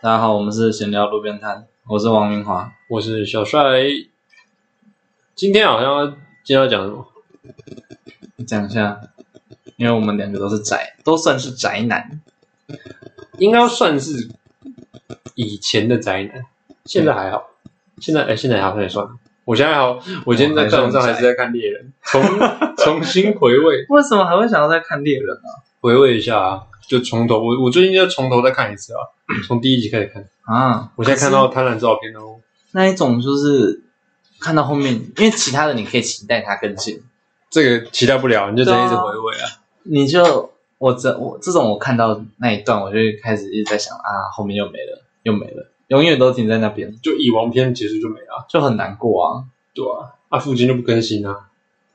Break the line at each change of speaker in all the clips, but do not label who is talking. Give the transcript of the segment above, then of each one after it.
大家好，我们是闲聊路边摊，我是王明华。
我是小帅。今天好像要今天要讲什么？
讲一下，因为我们两个都是宅，都算是宅男。
应该算是以前的宅男，现在还好。现在哎，现在好像也算了。我现在还好，我今天在课堂上哦还是在看猎人， 重重新回味
为什么还会想要再看猎人呢、
回味一下啊，就从头。我我最近就从头再看一次啊，从第一集开始看。
啊？
我现在看到贪婪照片哦，
那一种就是看到后面，因为其他的你可以期待它更新，
这个期待不了，你就只能一直
对啊
回味啊。
你就我这我这种我看到那一段，我就开始一直在想啊，后面又没了，又没了，永远都停在那边，
就以王篇结束就没了，
就很难过啊。
对啊，啊附近就不更新啊，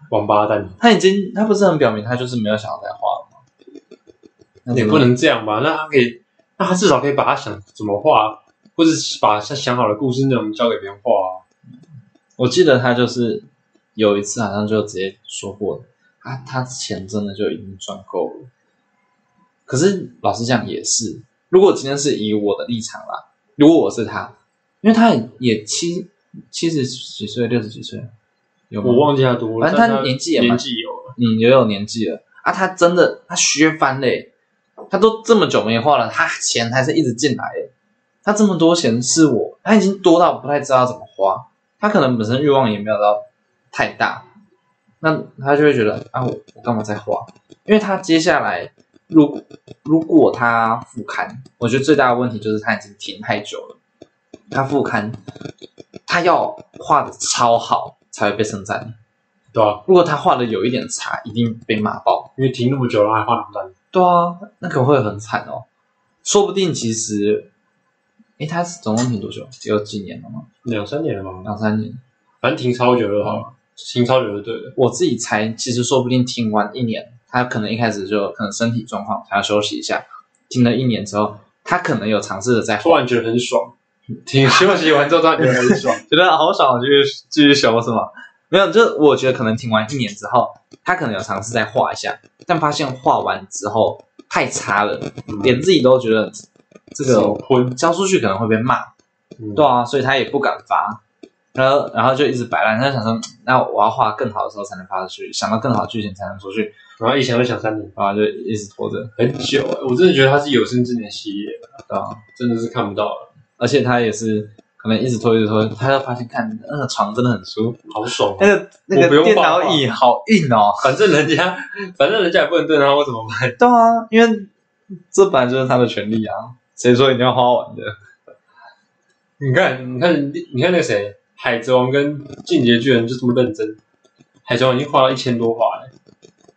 王八蛋，
他已经他不是很表明他就是没有想要再画了吗？那
也
怎么
不能这样吧？那他可以，那他至少可以把他想怎么画，或者是把他想好的故事内容交给别人画啊。
我记得他就是有一次好像就直接说过，他他钱真的就已经赚够了。可是老实讲也是，如果今天是以我的立场啦，如果我是他，因为他也也七七十几岁、六十几岁，有吗
我忘记他多
嗯
了，
反正他
但
年纪也蛮
年纪有了，
嗯也有年纪了啊，他真的他削翻嘞，他都这么久没画了，他钱还是一直进来耶，他这么多钱是我，他已经多到不太知道怎么花，他可能本身欲望也没有到太大，那他就会觉得啊我我干嘛再花？因为他接下来如果如果他复刊，我觉得最大的问题就是他已经停太久了，他复刊，他要画的超好才会被称赞。
对吧、啊？
如果他画的有一点差，一定被骂爆。
因为停那么久了还画两单，
对啊，那可能会很惨哦。说不定其实，诶，他是总共停多久？有几年了吗？
两三年了吧，
两三年。
反正停超久
嗯
就好了，停超久就对了。
我自己猜，其实说不定停完一年，他可能一开始就可能身体状况，他要休息一下。停了一年之后，他可能有尝试着再
突
画，
然觉得很爽，
嗯
停 休息完之后突然觉得很爽，
觉得好爽，继续继续修是吗？没有，就是我觉得可能停完一年之后，他可能有尝试再画一下，但发现画完之后太差了，连自己都觉得这
手
个
喷，
交出去可能会被骂，
嗯
对啊，所以他也不敢发，然后然后就一直摆烂，他就想说，嗯那我要画更好的时候才能发出去，想到更好的剧情才能出去，
然后一想就想三年，
然后就一直拖着，
很久、欸，我真的觉得他是有生之年系列，
对啊，
真的是看不到了，
而且他也是可能一直拖一直拖，他就发现看那个床真的很舒服，
好爽、啊
那。个那
我不
个
用
电
画画
脑椅好硬哦，
反正人家，反正人家也不能对他，我怎么办？
对啊，因为这本来就是他的权利啊，谁说一定要花完的？
你看，你看，你看那个谁，海贼王跟进阶巨人就这么认真。海贼王已经画到一千多画了，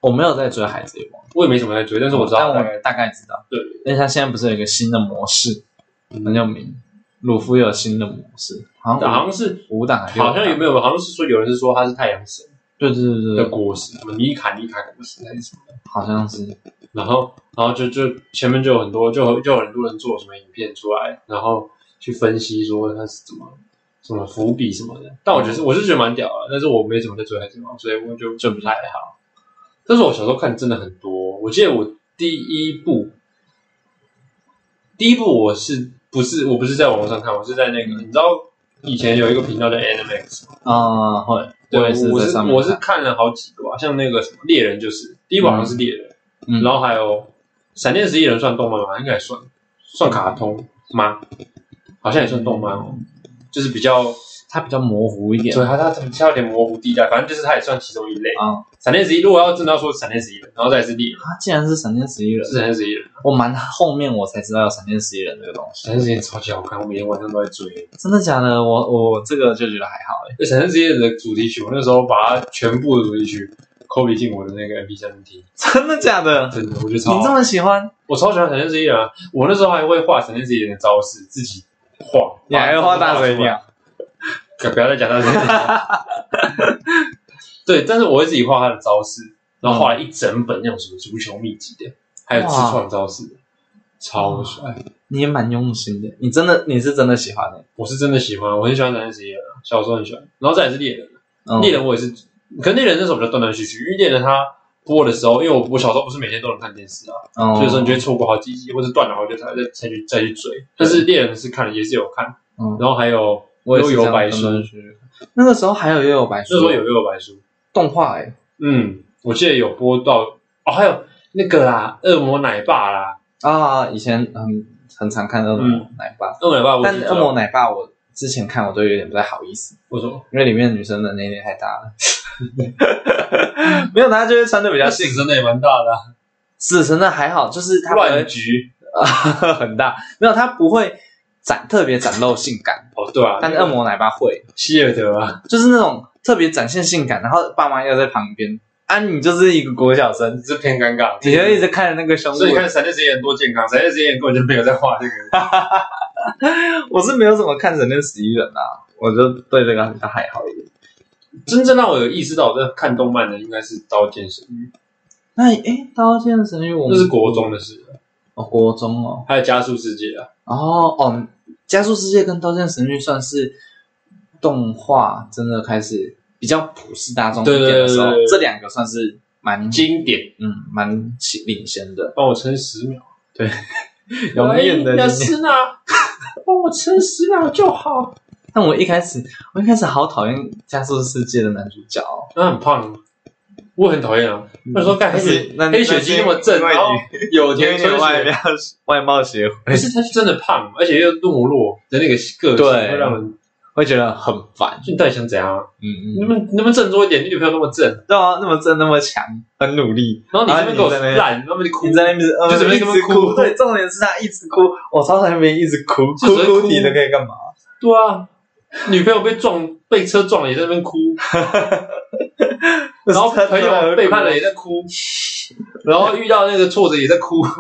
我没有在追海贼王，
我也没什么在追，但是我知道大
哦但我
概
大概知道，
对，
因为他现在不是有一个新的模式，很有名。鲁夫有新的模式，好像
好像是
五档还是六档
好像有没有？好像是说有人是说他是太阳神
对对对对
的
对，
果实，什么尼卡尼卡果实还是什么的。
好像是
然后，然后就就前面就有很多，就就有很多人做什么影片出来，然后去分析说他是怎么什么伏笔什么的。但我觉得是我是觉得蛮屌的，但是我没怎么在追海贼王，所以我就就不太好。但是我小时候看真的很多，我记得我第一部，第一部我是不是我不是在网络上看，我是在那个你知道以前有一个频道叫 Animax，
啊，会，
对，
我
我
也是在
是
上面
我是
看
看了好几个吧，像那个什么猎人就是第一部好像是猎人。
嗯
然后还有《闪电十一人》算动漫吗？应该也算，算卡通吗？好像也算动漫哦，
嗯
就是比较，
它比较模糊一点
所以它它它有点模糊地带，反正就是它也算其中一类。
啊，
闪电十一，如果要真的要说闪电十一人，然后再来是猎人，
它竟然是闪电十一人
是，闪电十一人，
我蛮后面我才知道有闪电十一人这个东西，
闪电十一人超级好看，我每天晚上都在追。
真的假的？我我这个就觉得还好哎，
那闪电十一人的主题曲，我那时候把它全部的主题曲 copy 进我的那个 MP 3听，
真的假的？
真的，我觉得超
你这
好，
么喜欢？
我超喜欢闪电十一人啊！我那时候还会画闪电十一人的招式，自己画，
你还要画大水
出来
鸟？
可不要再讲到这个。 对，但是我会自己画他的招式，然后
嗯
画了一整本那种什么足球秘籍的，还有自创招式的，超帅！哎
你也蛮用心的，你真的你是真的喜欢的。
我是真的喜欢，我很喜欢《闪电十一人》，小时候很喜欢，然后再来是猎人，
嗯
猎人我也是，可是猎人那时候比较断断续续，因为猎人他播的时候，因为我我小时候不是每天都能看电视啊，
嗯
所以说你就会错过好几集，或者断了好久才再才去再去追。但是猎人是看了，也是有看，
嗯
然后还有
我也
悠
是
悠
这样
白
慢
书，
慢去那个时候还有也有白书，
那时候有悠悠白书，
动画哎，
嗯，我记得有播到哦，还有那个啦，恶魔奶爸啦，
啊，以前嗯很常看恶魔
嗯
奶爸，
恶魔奶爸我
但
只知道
恶魔奶爸我之前看我都有点不太好意思，
为什么？
因为里面的女生的年龄太大了， 没有，她就会穿的比较
那死
性，
真的也蛮大的、啊，
死神的还好，就是她不
乱
会
局
很大，没有，她不会展特别展露性感，
哦，对啊，
但是恶魔奶爸会，
希尔德啊，
就是那种特别展现性感，然后爸妈又在旁边，啊，你就是一个国小生，
这偏尴尬，
你就一直看着那个胸部
所以你看闪电之眼多健康，闪电之眼根本就没有在画这个。
我是没有怎么看《神殿十一人》啊，我就对这个比较还好一点。
真正让我有意识到我在看动漫的，应该是《刀剑神域
那诶，《刀剑神域》我》，们
那是国中的事，
哦，国中哦，
还有《加速世界》啊，
哦哦，《加速世界》跟《刀剑神域》算是动画真的开始比较普世大众一点的时候，
对对对对
这两个算是蛮
经典。
嗯蛮起领先的。
帮我撑十秒，
有念的
哎
里
要
面，
呢， 帮我撑十秒就好。
但我一开始我一开始好讨厌《加速世界》的男主角哦、
那很胖，我很讨厌啊。他说：“干
但是那
黑血姬那么正，然后有
有
田
点
春
外
雪
貌， 外貌协会，
可是他是真的胖，而且又懦弱的那个个性，
哎对
会让人
会觉得很烦。
就你到底想怎样啊？
嗯嗯
你。们你能不能振作一点？你女朋友那么正，
对啊，那么正，那么强，很努力，
然后你这边给我
然后啊你在那边
烂，那么你哭
你，在那边一直
就
嗯
是
一
那边呃
直
哭
哭，对，重点是他一直哭，我超讨厌别人一直哭，哭
就只会
哭
哭
你的可以干嘛？
对啊，女朋友被撞被车撞了也在那边 哭，然后朋
啊
友背叛了也在哭，然后遇到那个挫折也在哭。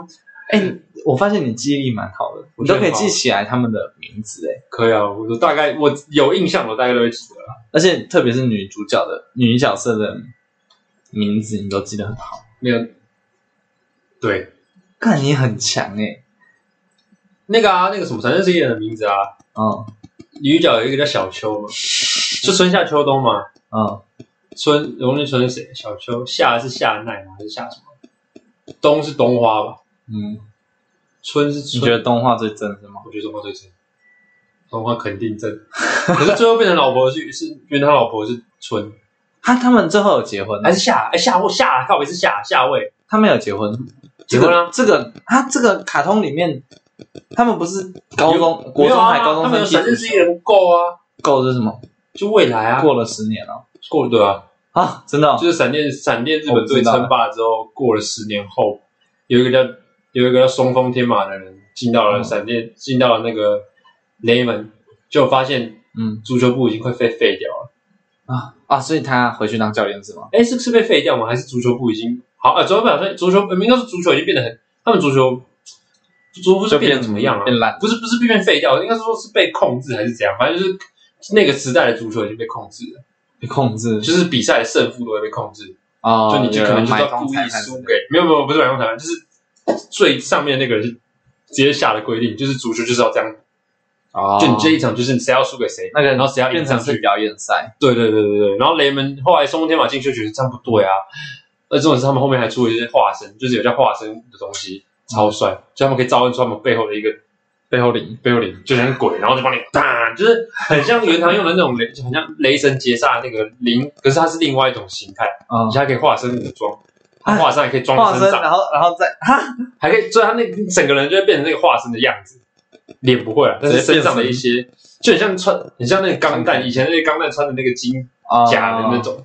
哎、我发现你记忆力蛮好的，你都可以
我觉得很好
记起来他们的名字哎，
可以啊，我大概我有印象，我大概都会记得啦。
而且特别是女主角的女角色的名字，你都记得很好，
那个对
看你很强哎，
那个啊，那个什么闪电之夜的名字啊，
嗯
女主角有一个叫小秋嘛，是春夏秋冬嘛。
嗯，
春容易春是谁？小秋夏是夏奈吗？还是夏什么？冬是冬花吧？
嗯，
春是
你
春
觉得动画最真是吗？
我觉得中华最真，中华肯定真。 可是最后变成老婆是是，因为他老婆是春
他他们最后有结婚，
还是夏？哎、夏或夏，靠北是夏夏位。
他们有结婚，
结婚啊
这个他这个卡通里面，他们不是高中、国中还高中
没有
生踢
啊他们有闪
足
电是一
球，
人够啊，
够是什么？
就未来啊，
过了十年了
过对啊，
啊，真的哦
就是闪电闪电日
我
本
知
队
道
称霸之后，过了十年后，有一个叫有一个叫松风天马的人进到了
嗯
闪电，进到了那个雷门，就发现
嗯
足球部已经快被废掉了。
啊啊，所以他回去当教练是吗？
哎，是是被废掉吗？还是足球部已经好？呃，足球部好像足球，呃应该是足球已经变得很，他们足球足球部是变得怎么样啊？
变烂，
不是不是变废掉，应该是说是被控制还是怎样？反正就是那个时代的足球已经被控制了，
被控制
就是比赛的胜负都会被控制。
啊，
就你就可能就是
买
要
通
故
裁
意
判
输给，没有没有不是买通裁判，就是最上面那个人是直接下的规定，就是足球就是要这样，
哦，
就你这一场就是谁要输给谁，
那个人
然后谁要赢
变
上
成
去
是，表演赛，
对对对对对。然后雷门后来松天马进去觉得这样不对啊，而这种是他们后面还出了一些化身，就是有叫化身的东西，超帅，就他们可以召唤出他们背后的一个
背后领
背后灵，就像鬼，然后就帮你打，就是很像原堂用的那种雷，很像雷神劫煞那个灵，可是它是另外一种形态，
嗯
你，现在可以化身武装。它哎化身还可以装
化
成
身，
身啊上，
然后然后再哈，
还可以，所以他那个整个人就会变成那个化身的样子，脸不会啊，但是身上的一些，就很像穿，很像那个钢
穿
弹，哦以前那个钢弹穿的那个金
啊
甲的那种，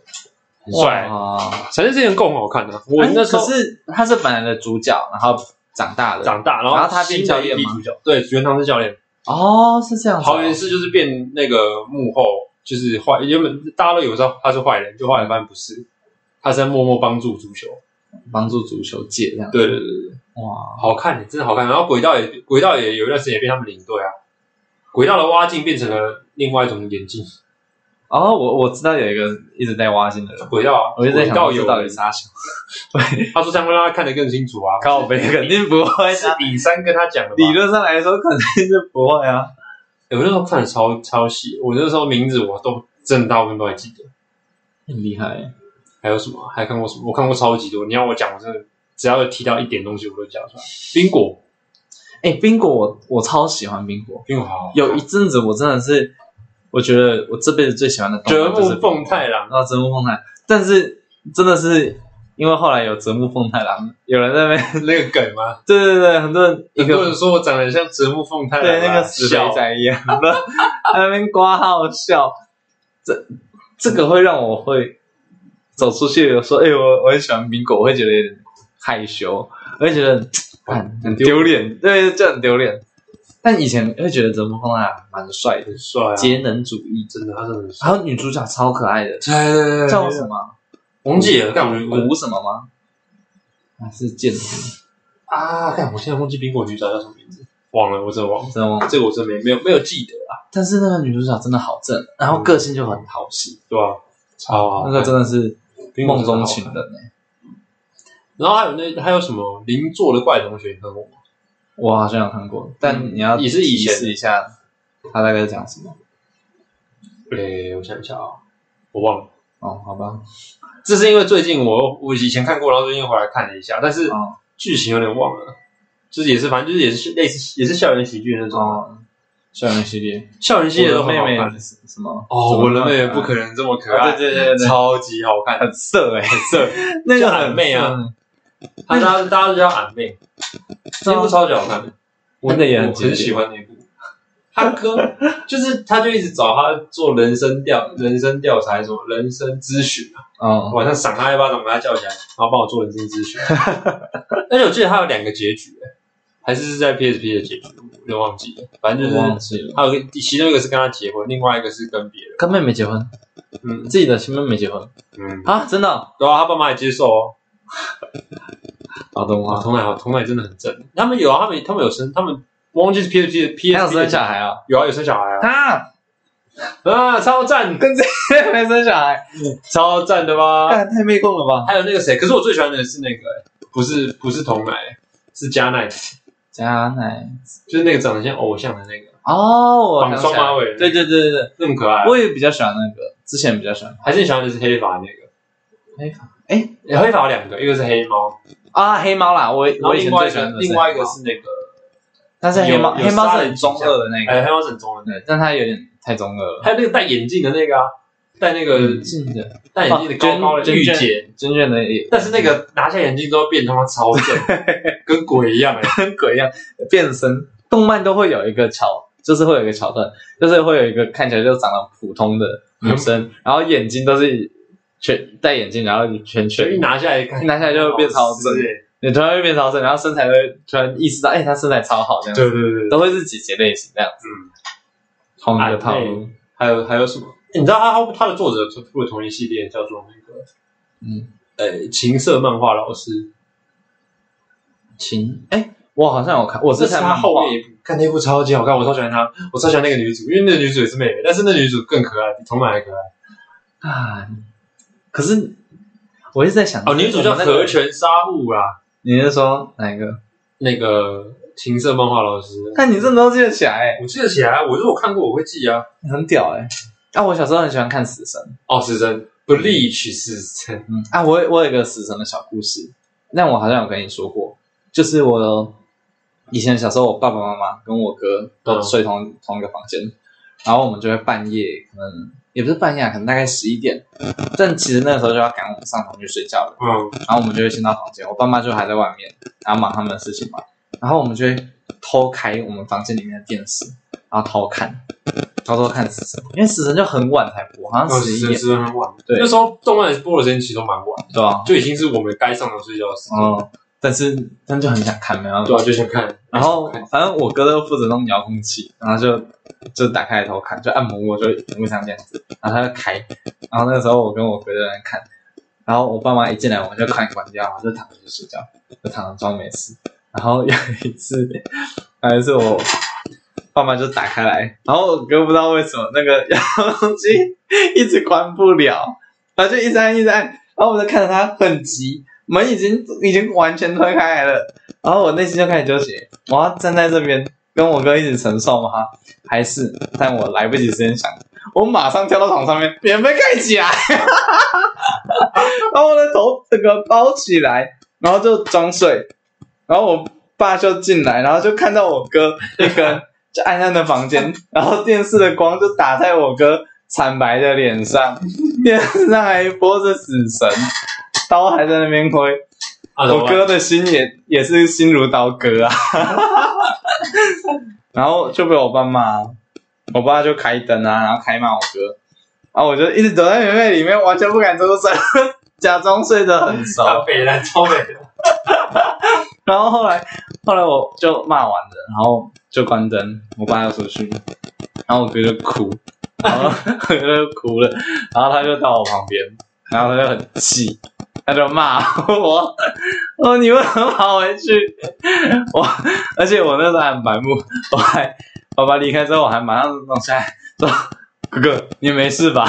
很
哦
帅。
哇，
闪电之前够很好看的、我
哎
那时
可
候
是他是本来的主角，然后长大了，
长大，然
然
后
后他变
新的一
教练
批
吗
主角，对，原堂是教练，
哦，是这样子哦，
桃园市就是变那个幕后，就是坏，原本大家都以为他他是坏人，就后来发现不是，他是在默默帮助足球。
帮助足球界这样，
对对对对。
哇，
好看，真的好看。然后轨道也轨道也有一段时间也被他们领队啊，轨道的蛙镜变成了另外一种眼镜，
哦，我我知道有一个一直在挖心的人，
轨道啊，
我就在
轨
想
道
这
有
到底是啥小，
他说这样会让他看得更清楚啊。
靠背肯定不会
是
啊。
李三跟他讲的吧？
理论上来说，肯定是不会啊。
欸我那时候看的超超细，我那时候名字我都真的大部分都还记得，
很厉害，
还有什么？还看过什么？我看过超级多。你要我讲，我真的只要有提到一点东西，我都讲出来。冰果，
哎、冰果我我超喜欢冰果，
冰果好，
有一阵子我真的是，我觉得我这辈子最喜欢的动
折
物就是
木凤太郎，
啊，折木凤太，但是真的是因为后来有折木凤太郎，有人在那边，
那个梗吗？
对对对，很多人一
很多人
个
说我长得像折木凤太郎啊，
对那个死肥
小
仔一样的， 在那边挂号笑，这这个会让我会走出去有说，哎、我我很喜欢苹果，我会觉得有点害羞，我会觉得看很丢脸，对，这很丢脸。但以前会觉得折木凤太郎蛮帅的，
很帅啊，
节能主义，
真的，他真的很帅。
然后女主角超可爱的，
对对对，
叫什么？
红姐，干我
古什么吗？还是建筑？
啊，干我现在忘记冰果女主角叫什么名字，忘了，我真的忘了，
真的忘了。
这个我真没没有没有记得啊，
但是那个女主角真的好正，然后个性就很讨喜，
对啊吧？超好
那
看，
个真的是
冰果
梦
真
中
的好
情
看
人欸
然后还有那还有什么邻座的怪同学，你看过吗？
我好像有看过，但你要
也是以前
提示一下，他大概在讲什么？
诶、我想一下啊，我忘了。
哦，好吧，
这是因为最近我我以前看过，然后最近回来看了一下，但是
哦
剧情有点忘了，就是也是反正就是也是类似也是校园喜剧那种、
哦，校园系列，
校园系列都很
我的
好
妹
看
妹。是什么？
哦，
怎么
我的妹妹不可能这么可爱，
啊对对对对对
超级好看，
很色哎，
很色，
那
就
个
很媚啊
色，
大家大家都叫俺妹，
对
那
啊
部超级好看的，我
那个也很
我
经典
很喜欢那部。他哥就是他就一直找他做人生调人生调查还是什么人生咨询啊，
哦，
晚上赏他一巴掌把他叫起来，然后帮我做人生咨询。 而且我记得他有两个结局、欸，还是是在 PSP 的结局，我有点忘记了。反正就
我忘
是
记了。
还有个其中一个是跟他结婚，另外一个是跟别人。
跟妹妹结婚，
嗯
自己的亲妹妹结婚
嗯，
啊？真的哦？
然后他爸妈也接受哦。
好的
哇，
吗？
童奶好，童奶真的很正。他们有啊，他们他们有生，他们我忘记是 P S P 的 P
还有
S P
生
的
小孩啊？
有啊，有生小孩啊，
啊，
啊，超赞，
跟这没生小孩，
超赞的 吧？
干太媚共了吧？
还有那个谁，可是我最喜欢的是那个、欸不是不是童奶，是加奈，
加奶
就是那个长得像偶像的那个，
哦，我
绑
想起
双
来
马
了，
尾，
对，对对对对，
那么可爱。啊
我也比较喜欢那个，之前比较喜欢
还是你喜欢的是黑发那个？
黑发，哎
欸黑发有两个，一个是黑猫，
啊黑猫啦，我
然后
我以前
另外
最
一
喜欢
个
的
另
黑
外一个
猫
是那个，
但是黑猫
有有
黑猫
杀
是
人
很中二的那
哎，
个，
黑猫是很中的，
对，但它有点太中二了。
还有那个戴眼镜的那个啊，戴那个
近的
戴眼镜的高高的嗯啊御
卷
姐，
卷卷的也
但是那个拿下眼镜之后变他妈超正，跟鬼一样哎、
跟鬼一样变身，动漫都会有一个桥，就是会有一个桥段，就是会有一个看起来就长得普通的女
嗯
生，然后眼睛都是全戴眼镜，然后全
就 一
全，
拿下来看，哦
一拿下来就会变超正
老师
你突然会变超正，然后身材会突然意识到，哎、她身材超好这
哎
样
对
子，
对对对，
都会是姐姐类型这样子，
嗯，
同一个套路，
还有还有什么？欸你知道他他他的作者出出了同一系列叫做那个
嗯，
呃情色漫画老师，
情，哎、我好像有看，我
这
是
是
看
他
漫画
后面一部，看那部超级好看，我超喜欢他，我超喜欢那个女主，因为那个女主也是妹妹，但是那女主更可爱，比童奶还可爱。
啊，可是我一直在想，
哦，女主叫
我们那个
和，泉沙悟啊啦，
你是说哪一个？
那个情色漫画老师，
看你这么都记得起来、
我记得起来，我如果看过我会记啊。
哎欸很屌哎、啊，我小时候很喜欢看《死神》。
哦，死神 Bleach 死神，
嗯啊，我我有一个死神的小故事，那我好像有跟你说过，就是我以前小时候，我爸爸妈妈跟我哥都
嗯
睡同、同一个房间，然后我们就会半夜，可能也不是半夜啊，可能大概十一点，但其实那个时候就要赶我们上床去睡觉了，
嗯，
然后我们就会先到房间，我爸妈就还在外面，然后忙他们的事情嘛，然后我们就会偷开我们房间里面的电视，然后偷看，偷偷看死神，因为死神就很晚才播，好像
哦，
十一
是
点，
是很晚。
对
那时候动漫播的时间其实都蛮晚，
对啊吧、
就已经是我们该上床睡觉的时间。
哦，但是但就很想看，没办法。
对啊，就先看，
然后反正我哥就负责弄遥控器，然后就就打开来偷看，就按摩我就屏幕上这样子，然后他就开，然后那个时候我跟我哥就在那看，然后我爸妈一进来我就快关掉，然后就躺着就睡觉，就躺着装没事。然后有一次，有一次我爸妈就打开来，然后我哥不知道为什么那个遥控器一直关不了，然后就一直按一直按，然后我就看着他很急，门已经已经完全推开来了，然后我内心就开始纠结，我要站在这边跟我哥一起承受吗？还是但我来不及时间想，我马上跳到床上面，免费盖起来， 把我的头整个包起来，然后就装睡。然后我爸就进来，然后就看到我哥一个人就暗暗的房间，然后电视的光就打在我哥惨白的脸上，电视上还播着死神，刀还在那边挥。
啊，
我哥的心也也是心如刀割啊， 然后就被我爸骂，我爸就开灯啊，然后开骂我哥，然后我就一直躲在棉被里面，完全不敢出声， 假装睡得很熟。
超北了，超北了。
然后后来后来我就骂完了，然后就关灯，我爸要出去，然后我哥就哭，然后我哥就哭了，然后他就到我旁边，然后他就很气，他就骂我，哦你为什么跑回去？我而且我那时候还很白目，我还爸爸离开之后，我还马上弄下来说。哥哥，你没事吧？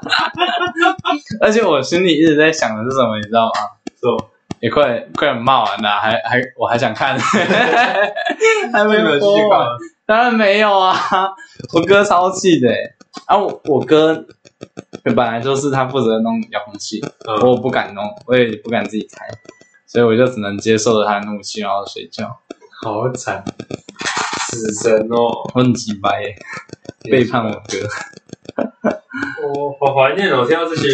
而且我心里一直在想的是什么，你知道吗？
是吧？
也快点快点骂完了，还还我还想看，还没有
继续
播啊完，当然没有啊， 我哥超气的欸，啊我我哥本来就是他负责弄遥控器，
嗯，
我不敢弄，我也不敢自己开，所以我就只能接受了他的怒气，然后睡觉，
好惨，死神哦，
我很鸡掰欸耶，背叛我哥，
我好怀念哦，听到这些。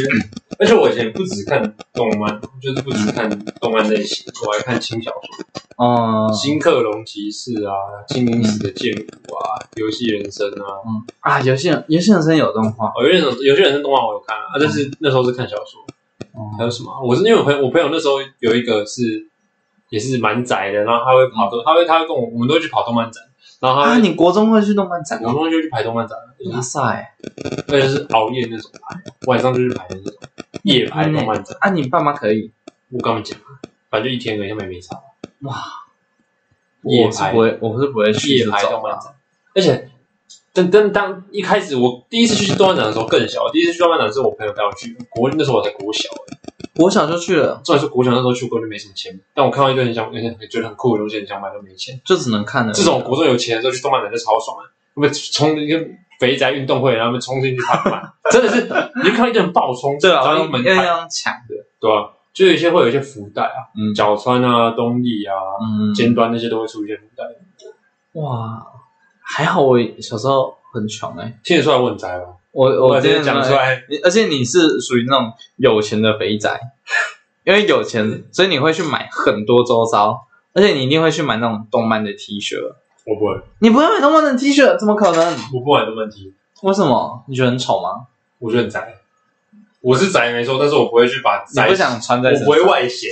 而且我以前不只看动漫，就是不只看动漫类型，我还看轻小说，
哦
《新克隆骑士》啊，《精灵使的剑舞》啊，《游戏人生》啊。
嗯啊，游戏人游戏人生有动画，
哦，有些人有些人生动画我有看啊，但
嗯
是那时候是看小说。
哦
还有什么啊？我是因为我朋友，我朋友那时候有一个是也是蛮宅的，然后他会跑
嗯
动，他会他会跟我，我们都会去跑动漫展，然后他
啊，
会、
你国嗯中会去动漫展
我
吗？
们就去排动漫展，
哇塞，
而且是熬夜那种排，晚上就去排的那种夜排动漫展。
啊你爸妈可以，
我跟他们讲，啊反正就一天而已，他们也没差。
哇，
夜
我是
排
不会我是不会去
夜
这
排
种
动漫
啊
展，而且。但但当一开始我第一次去动漫展的时候更小，我第一次去动漫展是我朋友带我去，国那时候我才国小，
我小就去了，
虽然说国小那时候去过就没什么钱，但我看到一堆很想很想觉得很酷的东西，很想买都没钱。
就只能看了。
这种国中有钱的时候去动漫展就超爽了、啊，他们冲一个肥宅运动会，然后他们冲进去 看漫，真的是你就看到一堆人暴冲，
对
然
啊，
后
要
门
要
槛，
要抢的，
对吧、就有一些会有一些福袋啊，
嗯
角川啊、东丽啊、
嗯，
尖端那些都会出一些福袋，
哇，还好我小时候很穷哎、
听得出来我很宅吧？
我我
直接讲出，来，
你而且你是属于那种有钱的肥宅， 因为有钱，所以你会去买很多周遭，而且你一定会去买那种动漫的 T 恤。
我不会，
你不会买动漫的 T 恤，怎么可能？
我不玩动漫 T，
为什么？你觉得很丑吗？
我觉得很宅。我是宅没错，但是我不会去把
你
宅，
不想穿在
我
身
不会
上？
外显，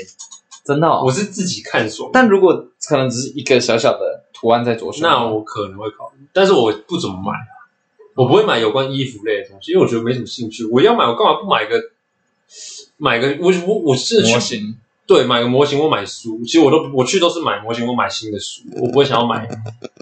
真的、
我
哦。
是自己看爽。
但如果可能只是一个小小的图案在左手，
那我可能会考虑，但是我不怎么买啊，我不会买有关衣服类的东西，因为我觉得没什么兴趣。我要买，我干嘛不买个买个我我我是
模
去
型
对买个模型，我买书，其实我都我去都是买模型，我买新的书，我不会想要买。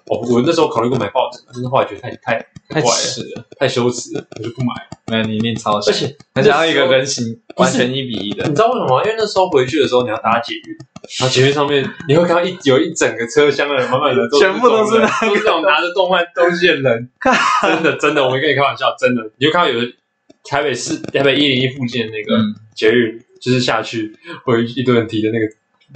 哦，我那时候考虑过买报纸，但是后来觉得太太
太
怪了
耻了，
太羞耻了，我就不买了。
没有你一定超丑
而。且
很想要一个更新，
不
完
是
全一比一的
你。知道为什么吗？因为那时候回去的时候你要搭捷运，然后捷运上面你会看到一有一整个车厢的人，满满的都
全部都是
这种人都是这种拿着动漫东西的人， 真的真的，我没跟你开玩笑，真的，你就看到有的台北市台北一零一附近的那个
嗯
捷运，就是下去会一堆人提的那个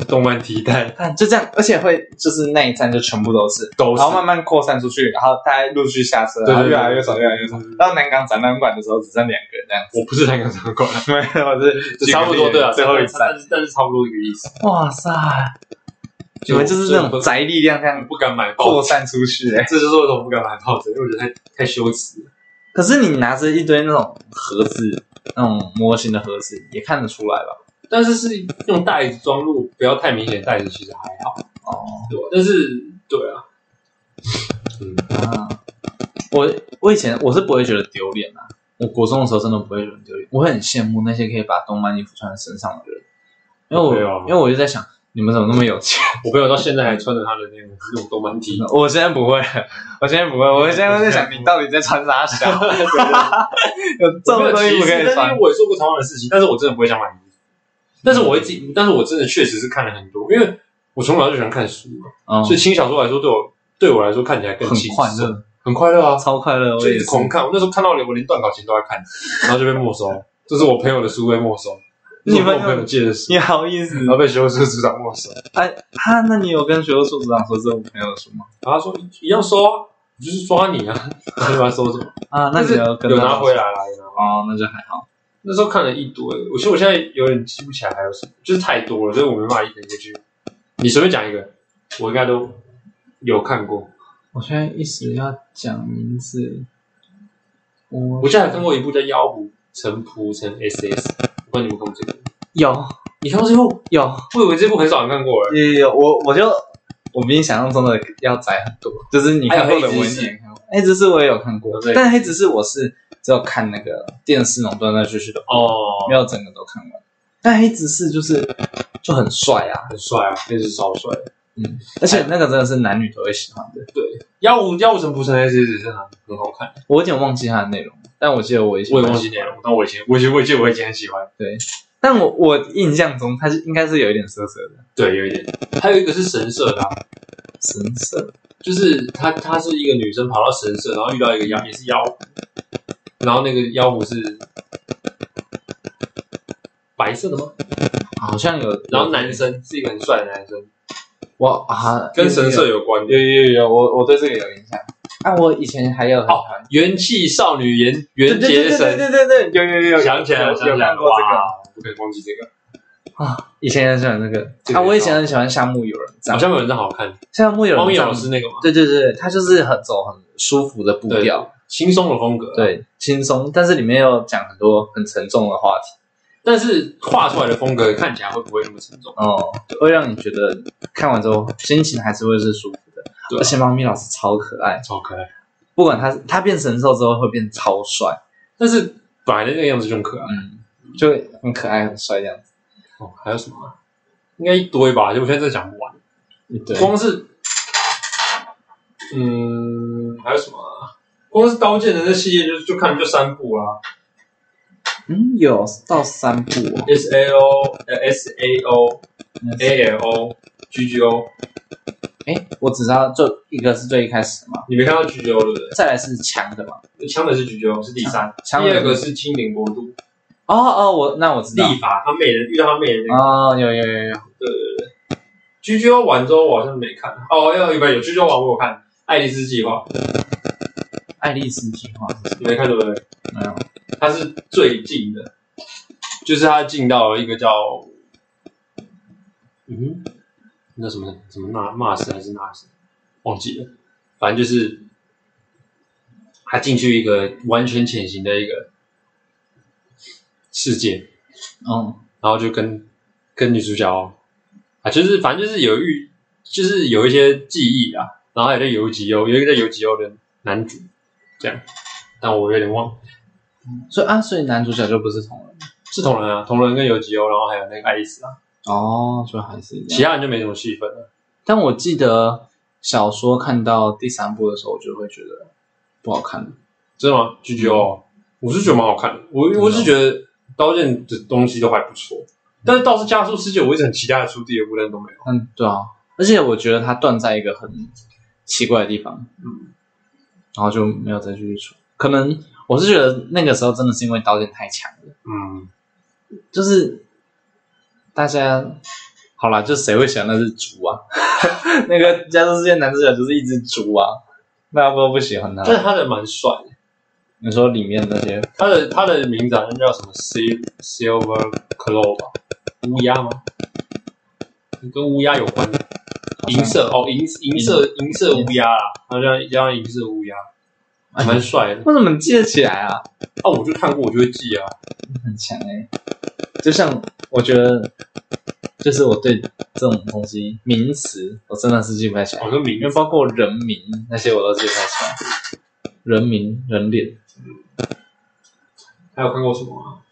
动漫提袋，
看啊就这样，而且会就是那一站就全部都是，
都
然
是
后慢慢扩散出去，然后大家陆续下车，然后越来越少，越来越少。。
对对对对对对
到南港展览馆的时候，只剩两个这样
我不是在刚才过来，
子，没有， 是
差不多对啊，
最后一站。
但是但是差不多一个意思。
哇塞，你们就是那种宅力量这样
不敢买报
扩
纸，
散出去、欸。
这就是为什么不敢买报纸，因为我觉得太太羞耻了。
可是你拿着一堆那种盒子，那种模型的盒子，也看得出来吧？
但是是用袋子装入，不要太明显，袋子其实还好，
哦，
对吧？啊但是对啊，嗯，
啊，我我以前我是不会觉得丢脸啊，我国中的时候真的不会觉得丢脸，我会很羡慕那些可以把动漫衣服穿在身上的人，因为我、
对啊
因为我就在想，你们怎么那么有钱？
我朋友到现在还穿着他的那种那种动漫 T，
我现在不会，我现在不会，我现在在想，你到底在穿啥 小？有 这么多衣服可以
但
穿
是？我也做过同样的事情，但是我真的不会想买衣服，但是我会自己，但是我真的确实是看了很多，因为我从小就喜欢看书嘛，
嗯
所以轻小说来说对我对我来说看起来更
很
轻
快
松，
乐，
很快乐啊，
超快乐，我
就一
也
直
是。
狂看。我那时候看到我连断考前都在看，然后就被没收。这是我朋友的书被没收，
你
这是
朋
我
友
跟我朋友借的书，
你好意思
然？后被学务处组长没收。
哎啊，那你有跟学务处组长说这我没有说吗？
然后他说一样收啊，我就是抓你啊，然后就把它收走。
啊，那
但
你
是
要跟他
有拿回来啦，有拿回来
哦，那就还好。
那时候看了一堆，我其实我现在有点记不起来还有什么，就是太多了，所以我没办法一个一个去。你随便讲一个，我应该都有看过。
我现在一时要讲名字，我
我之前还看过一部叫《妖狐陈仆陈 SS》，我不知道你们看过这个？
有
你看过这部？
有
我以为这部很少人看过哎。
有有有，我我就我比你想象中的要窄很多，就是你看过的
还有
我
黑
也
执事
没看过黑执事我也有看过，
对
但黑执事我是只有看那个电视垄断断续续的，
哦
没，有整个都看完。但黑执事就是就很帅啊，
很帅啊，那是超帅的。
而且那个真的是男女都会喜欢的。
妖狐妖狐陈仆陈 SS 真的很好看，
我有点忘记它的内容，但我记得我以前
我也忘记内容，但我以前我以前我以前我以前很喜欢。
但我我印象中它是应该是有一点色色的，
对，有一点。还有一个是神社的啊、
神色
就是她，她是一个女生跑到神社，然后遇到一个妖，也是妖狐，然后那个妖狐是白色的吗？
好像有。
然后男生是一个很帅的男生，
我啊，
跟神社有关的
有有有有，我我对这个有印象。啊，我以前还有很
哦元气少女元元杰神，
对对对对对，有有有，
想起来了，
有
想起
有
来
看
了，
过这个
哇，不可以忘记这个。
啊。以前很喜欢这
这
个
个
啊，我以
也好
前很喜欢夏目友人
好
帐，
像有人真好看，
夏目友
汪
人
淼
帐
是那个嘛，
对对对，它就是很走很舒服的步
对
调，
轻松的风格，。
对，轻松，但是里面又讲很多很沉重的话题，
但是画出来的风格看起来会不会那么沉重？
哦，会让你觉得看完之后心情还是会是舒服的。
对啊
而且猫咪老师超可爱，
超可爱，
不管它它变神兽之后会变超帅，
但是本来的那个样子就很可爱。
嗯，就很可爱很帅这样子。
哦，还有什么啊？应该一堆吧，就我现在真的讲不完。
对，
光是，嗯，还有什么、啊？光是《刀剑》的那系列就就看就三部啊啦、
嗯，有到三部哦，
s A O、S 呃 A O、A L O、G G O，
哎，我只知道就一个是最一开始的嘛，
你没看到 G G O 对不对？
再来是强的嘛，
枪的是 G G O，是第三，第
强的
二个是精灵国度
哦哦，我那我知道，
立法，他美人遇到他美人那个，
哦，有有有有有，
对对对。G G O 完之后我好像没看，哦，要有没有 G G O 完我有看《爱丽丝计划
爱丽丝计划是什》，
你没看对不对？
么？没有，
它是最近的，就是它进到了一个叫，嗯，那什么什么纳纳什还是纳什，忘记了，反正就是他进去一个完全潜行的一个世界，
嗯，
然后就跟跟女主角啊，就是反正就是有遇，就是有一些记忆啊，然后还有一个游吉欧，有一个叫游吉欧的男主，这样，但我有点忘了。
所以啊，所以男主角就不是同人
是同人啊，同人跟游吉欧，然后还有那个爱丽丝啊，
哦，所以还是一样
其他人就没什么戏份了。
但我记得小说看到第三部的时候，我就会觉得不好看了。
真的吗？G G O，我是觉得蛮好看嗯的，我我是觉得刀剑的东西都还不错，但是倒是加速世界，我一直很期待它出第二部，但都没有。
嗯，对啊，而且我觉得它断在一个很奇怪的地方，
嗯，
然后就没有再继续出。可能我是觉得那个时候真的是因为刀剑太强了，
嗯，
就是大家好啦，就谁会喜欢那只猪啊？ 那个加州世界男主角就是一只猪啊，大家都不喜欢他。
但是他的蛮帅的，
你说里面那些
他的他的名字好像叫什么 Sil- Silver Claw 吧，乌鸦吗？跟乌鸦有关的，银色哦，银银色银色乌鸦啦，好像叫银色乌鸦，蛮帅的。
为什么记得起来啊？
啊，我就看过，我就会记啊。
很强哎、就像我觉得，就是我对这种东西名词，我真的是记不太起来
我，说名
因为包括人名那些我都记不太起来。人名、人脸，
还有看过什么啊？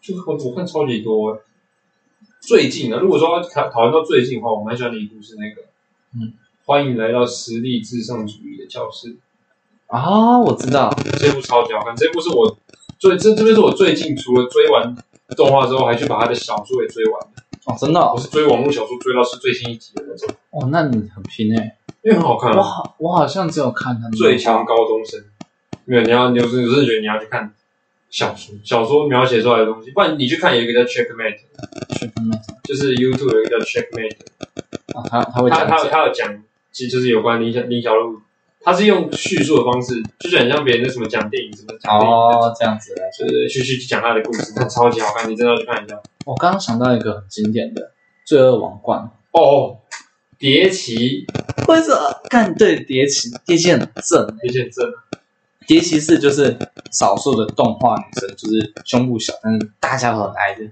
就我我看超级多欸最近啊，如果说要讨讨论到最近的话，我蛮喜欢的一部是那个，
嗯，
欢迎来到实力至上主义的教室。
哦，我知道，
这部超级好看，这部是我最这这边是我最近除了追完动画之后，还去把他的小说也追完的。
哦，真的
我
哦，
是追网络小说追到是最新一集的那种，
哦那你很拼哎、
因因为很好看
我
啊，
好，我好像只有看他们
最强高中生。没有，你要你有时候有时候觉得你要去看小说，小说描写出来的东西，不然你去看有一个叫 Checkmate，
去看的
就是 YouTube 有一个叫 Checkmate，
啊，他他会
他
讲
他有他有讲，其实就是有关林小林小璐，他是用叙述的方式，就是很像别人那什么讲电影什么讲电影的，
哦这样子来说。
就是去去讲他的故事，他超级好看，你真的要去看一下。
我刚刚想到一个很经典的《罪恶王冠》，
哦，蝶奇
为什么？看对蝶骑，蝶骑很正，
有点正，
蝶骑是就是少数的动画女生，就是胸部小，但是大家都很爱的，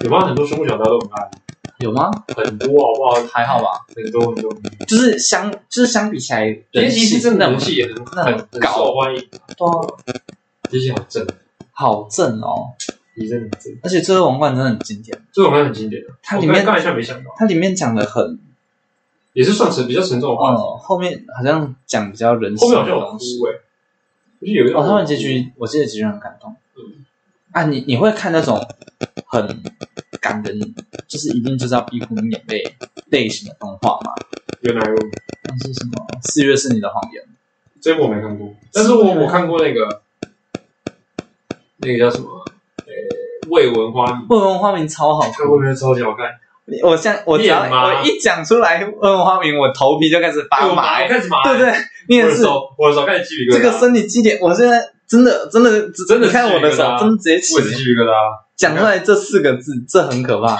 有吗？很多胸部小刀都很爱，
有吗？
很多好不好？
还好吧，
很多很多。
就是相就是相比起来，
蝶
人
奇
气
是真的
那
人
么
气也很
那啊
很很
搞
受欢迎，
多，
蝶奇好正，
好正哦！
你真的很正，
而且《罪恶王冠》真的很经典，
这种还很经典的。
它
我
里
刚
面
刚一下没想到，
它里面讲的很，
也是算沉比较沉重的话题，
哦，后面好像讲比较人
后
性
面好
的
像有哭
东西。
哎，我就有一
哦，
种
他们结局我记得结局很感动。
嗯
啊，你你会看那种很感人，就是一定就是要逼哭你眼泪类型的动画吗？
有哪一个？
像是什么《四月是你的谎言》
这部我没看过，但是我我看过那个那个叫什么？呃，未闻花名，
《未闻花名》超好
看过
哭，
没有？超级好看，
我现在我只要
面麻
我一讲出来《未闻花名》，我头皮就开始发麻、
哎我
欸，
开始麻，
对不对？你
我
也
的
是，
手，我的手开始鸡皮疙瘩，
这个身体基点，我现在真的真的
真的
你看我的
是这个
手
啊，
真的直接
我也是
起，
鸡皮疙瘩。
讲出来这四个字，这很可怕。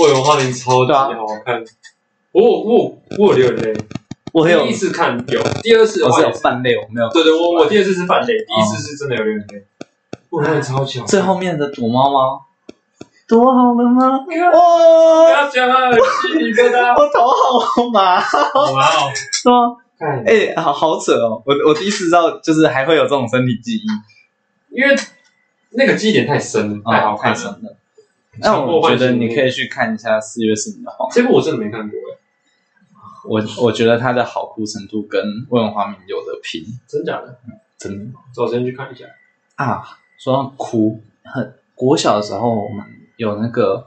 我有花名超级
对啊
好看，我有我有我有流眼泪。
我有
第一次看有，哦第二次的
我
话
是有
也是，哦
犯泪，我没有。
对对，我我第二次是泛泪，第一次是真的有流眼泪。我有花名超强，
最后面的躲猫猫，躲好了吗？
你看不
哦，
要讲啊，鸡皮疙 瘩，
我头好麻，
哇哦，
是吗？
看，
哎、好好扯哦！我我第一次知道，就是还会有这种身体记忆，
因为那个记忆点太深，
啊
哦太好看
太
了。
深了。那我觉得你可以去看一下《四月是你的谎
这部我真的没看过哎，》，
我我觉得它的好哭程度跟《问花明》有的拼，
真假的？
真的
找时间去看一下。
啊！说到哭，很国小的时候我们有那个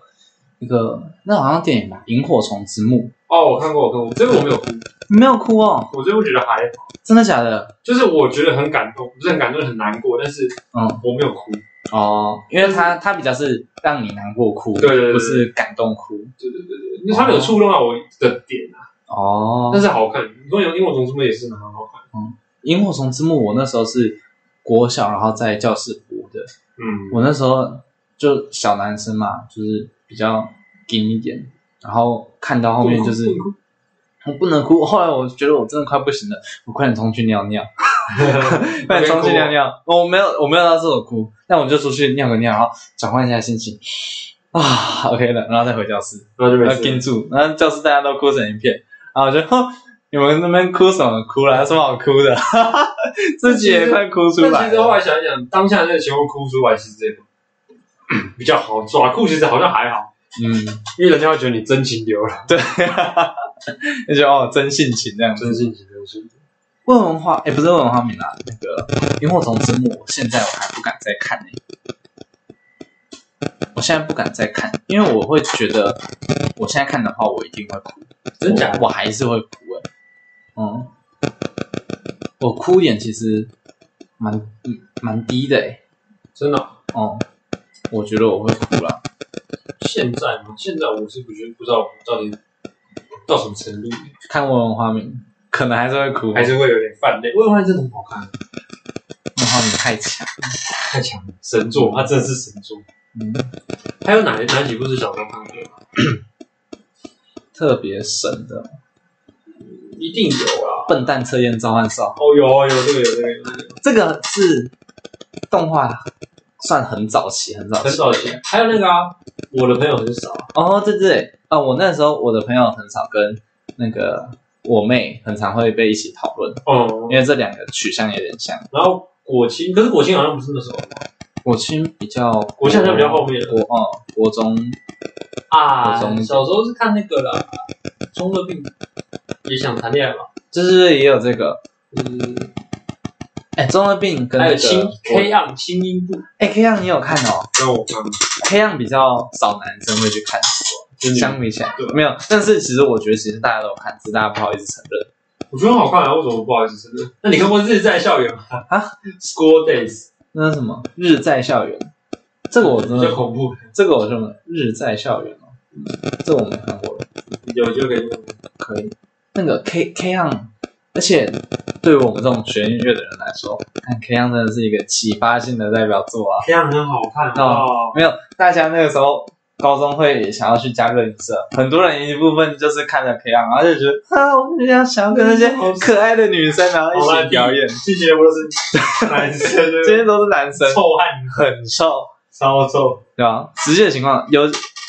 一个那好像电影吧，《萤火虫之墓
哦，我看过，我看过，这部我没有哭，》，
你没有哭哦？
我这部觉得还好，
真的假的？
就是我觉得很感动，不是很感动，很难过，但是
嗯，
我没有哭。
哦，因为他他比较是让你难过哭，
对对对
不是感动哭。
对对对对，那他们有触动到我的点啊，
哦但
但
是《
是好看。你说有萤火虫之墓也是很好看，
萤火虫之墓》，我那时候是国小，然后在教室播的。
嗯，
我那时候就小男生嘛，就是比较硬一点，然后看到后面就是
不能哭
我不能哭。后来我觉得我真的快不行了，我快点冲去尿尿，快点冲去
哦
尿尿。哦我没有我没有到厕所哭，但我就出去尿个尿，然后转换一下心情啊，OK 了，然后再回教室。
然后就没
要
事
盯。住，然后教室大家都哭成一片，然后我就哼，你们那边哭什么哭啦？有什么好哭的？ 自己也快哭出
但
来
其实后
了。
来想一想，当下那个情况哭出来，其实这个 比较好。耍酷其实好像还好，
嗯，
因为人家会觉得你真情流了，
那就哦，真性情这样子。
真性情流是。
问文化，哎，不是问文化名啦，那个《萤火虫之墓》，现在我还不敢再看呢、我现在不敢再看，因为我会觉得，我现在看的话，我一定会哭。
真假的
我？我还是会哭哎、嗯，我哭点其实蛮嗯蛮低的哎、
真的
哦，
哦。
我觉得我会哭了。
现在吗？现在我是不觉得不知道我到底到什么程度，
看《我文花名》，可能还是会哭。
还是会有点泛泪。《未婚真的很好看，
文花名太强。
太强了，神作，它真的是神作。
嗯，
还有哪哪几部是小时候看过的？
特别神的
一定有
《
啊。
笨蛋测验召唤兽
哦，有有这个有这个有这个，》，
这个是动画，算很早期，很早
很
期。
少见。还有那个啊，我的朋友很少。
哦，对对对，啊、我那时候我的朋友很少跟那个我妹很常会被一起讨论，
哦
因为这两个取向有点像。
然后果青，可是果青好像不是那时候
我亲比较，
国青好像比较后面
国哦，国中
啊
国中
小时候是看那个啦，中二病也想谈恋爱吧，
就是也有这个，
嗯，
哎，中二病跟
还
那
有
个
青
我
K 暗青音部，
哎，K 样你有看哦？
让我看，
黑暗比较少男生会去看，
真的
相比起来
对
没有。但是其实我觉得，其实大家都有看，只是大家不好意思承认。
我觉得很好看啊，为什么不好意思？真的？那你看过《日在校园》吗？
啊
，School Days
那是什么日在校园，这个我真
比较
的，
恐怖，
这个我真的日在校园哦，这个我没看过了，
有就可以用。
可以。那个 K K 样，而且对于我们这种学音乐的人来说，看 K 样真的是一个启发性的代表作啊。
这样很好看
哦
哦。
没有，大家那个时候高中会想要去加个影社，很多人一部分就是看着 K 样，然后就觉得啊，我就想想要跟那些可爱的女生然后一起表演，
这些不都是男生，
这些都是男生，
臭汉
很瘦。
骚臭，
对吧？实际的情况，有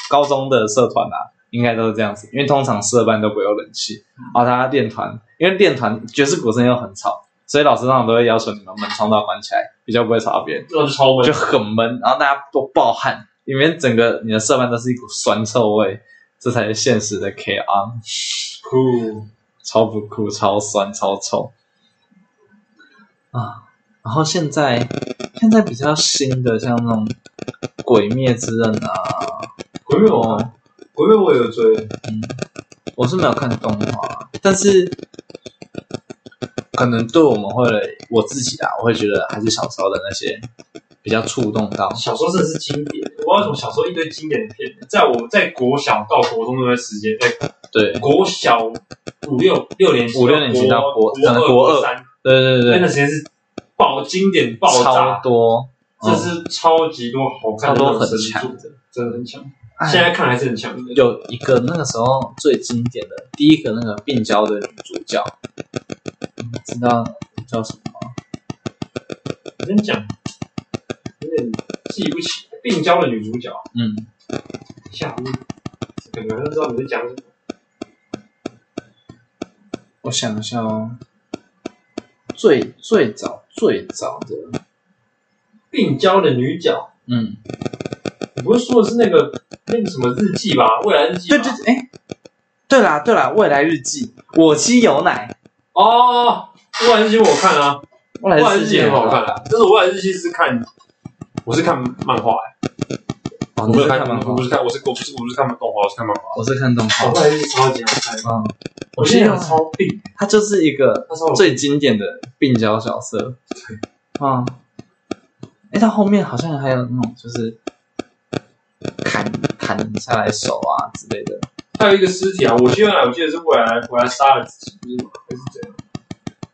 高中的社团啊，应该都是这样子，因为通常社办都不会有冷气，然后大家练团，因为练团爵士鼓声又很吵，所以老师通常都会要求你们门窗都要关起来，比较不会吵到别人，
这种就超
就
闷。
很闷，然后大家都暴汗，里面整个你的社办都是一股酸臭味，这才是现实的 K R，
酷，
超不酷，超酸，超臭啊！然后现在现在比较新的，像那种《鬼灭之刃》啊。
鬼灭我
哦
看，鬼灭我有追，
嗯我是没有看动画，啊但是可能对我们会我自己啊，我会觉得还是小时候的那些比较触动到。
小时候真的是经典，我要从小时候一堆经典的片，在我在国小到国中那段时间，在
对
国小五六六年级到
五六年级到国
国
可能国
国
二
三
对
那
对
段
对，
时间是爆经典爆
超
炸，
多，
这是超级多好看
哦超
的
多
那
很
种神
强
作，
的。
真的很强。
哎
现在看还是很强的。
有一个那个时候最经典的第一个那个病娇的女主角，你知道叫什么吗？
我跟你讲，有点记不起病娇的女主角
嗯，
夏目，可能都知道你在讲什么。
我想一下哦，最最早最早的，
病娇的女角，
嗯，
你不是说的是那个那个什么日记吧？未来日记吧？
对对对，哎、对啦对啦，未来日记，我妻有奶。
哦，未来日记我看啊，
未
未
来
来
世
日记
界
很好看啊，但是我未来日记是看，我是看漫画欸，
哦，
我
你
没有
是
看
看漫画哦
我不，是看，我是我不是我不是看动画，我是看漫画。
我是看动画。
未来日记超级好看，
嗯，
我现在超病，
它就是一个
那时候
最经典的病娇角色。嗯，哎，到后面好像还有那种就是砍砍下来手啊之类的。
还有一个尸体啊，我记得我记得是未来未来杀了自己，不是吗？还是怎样？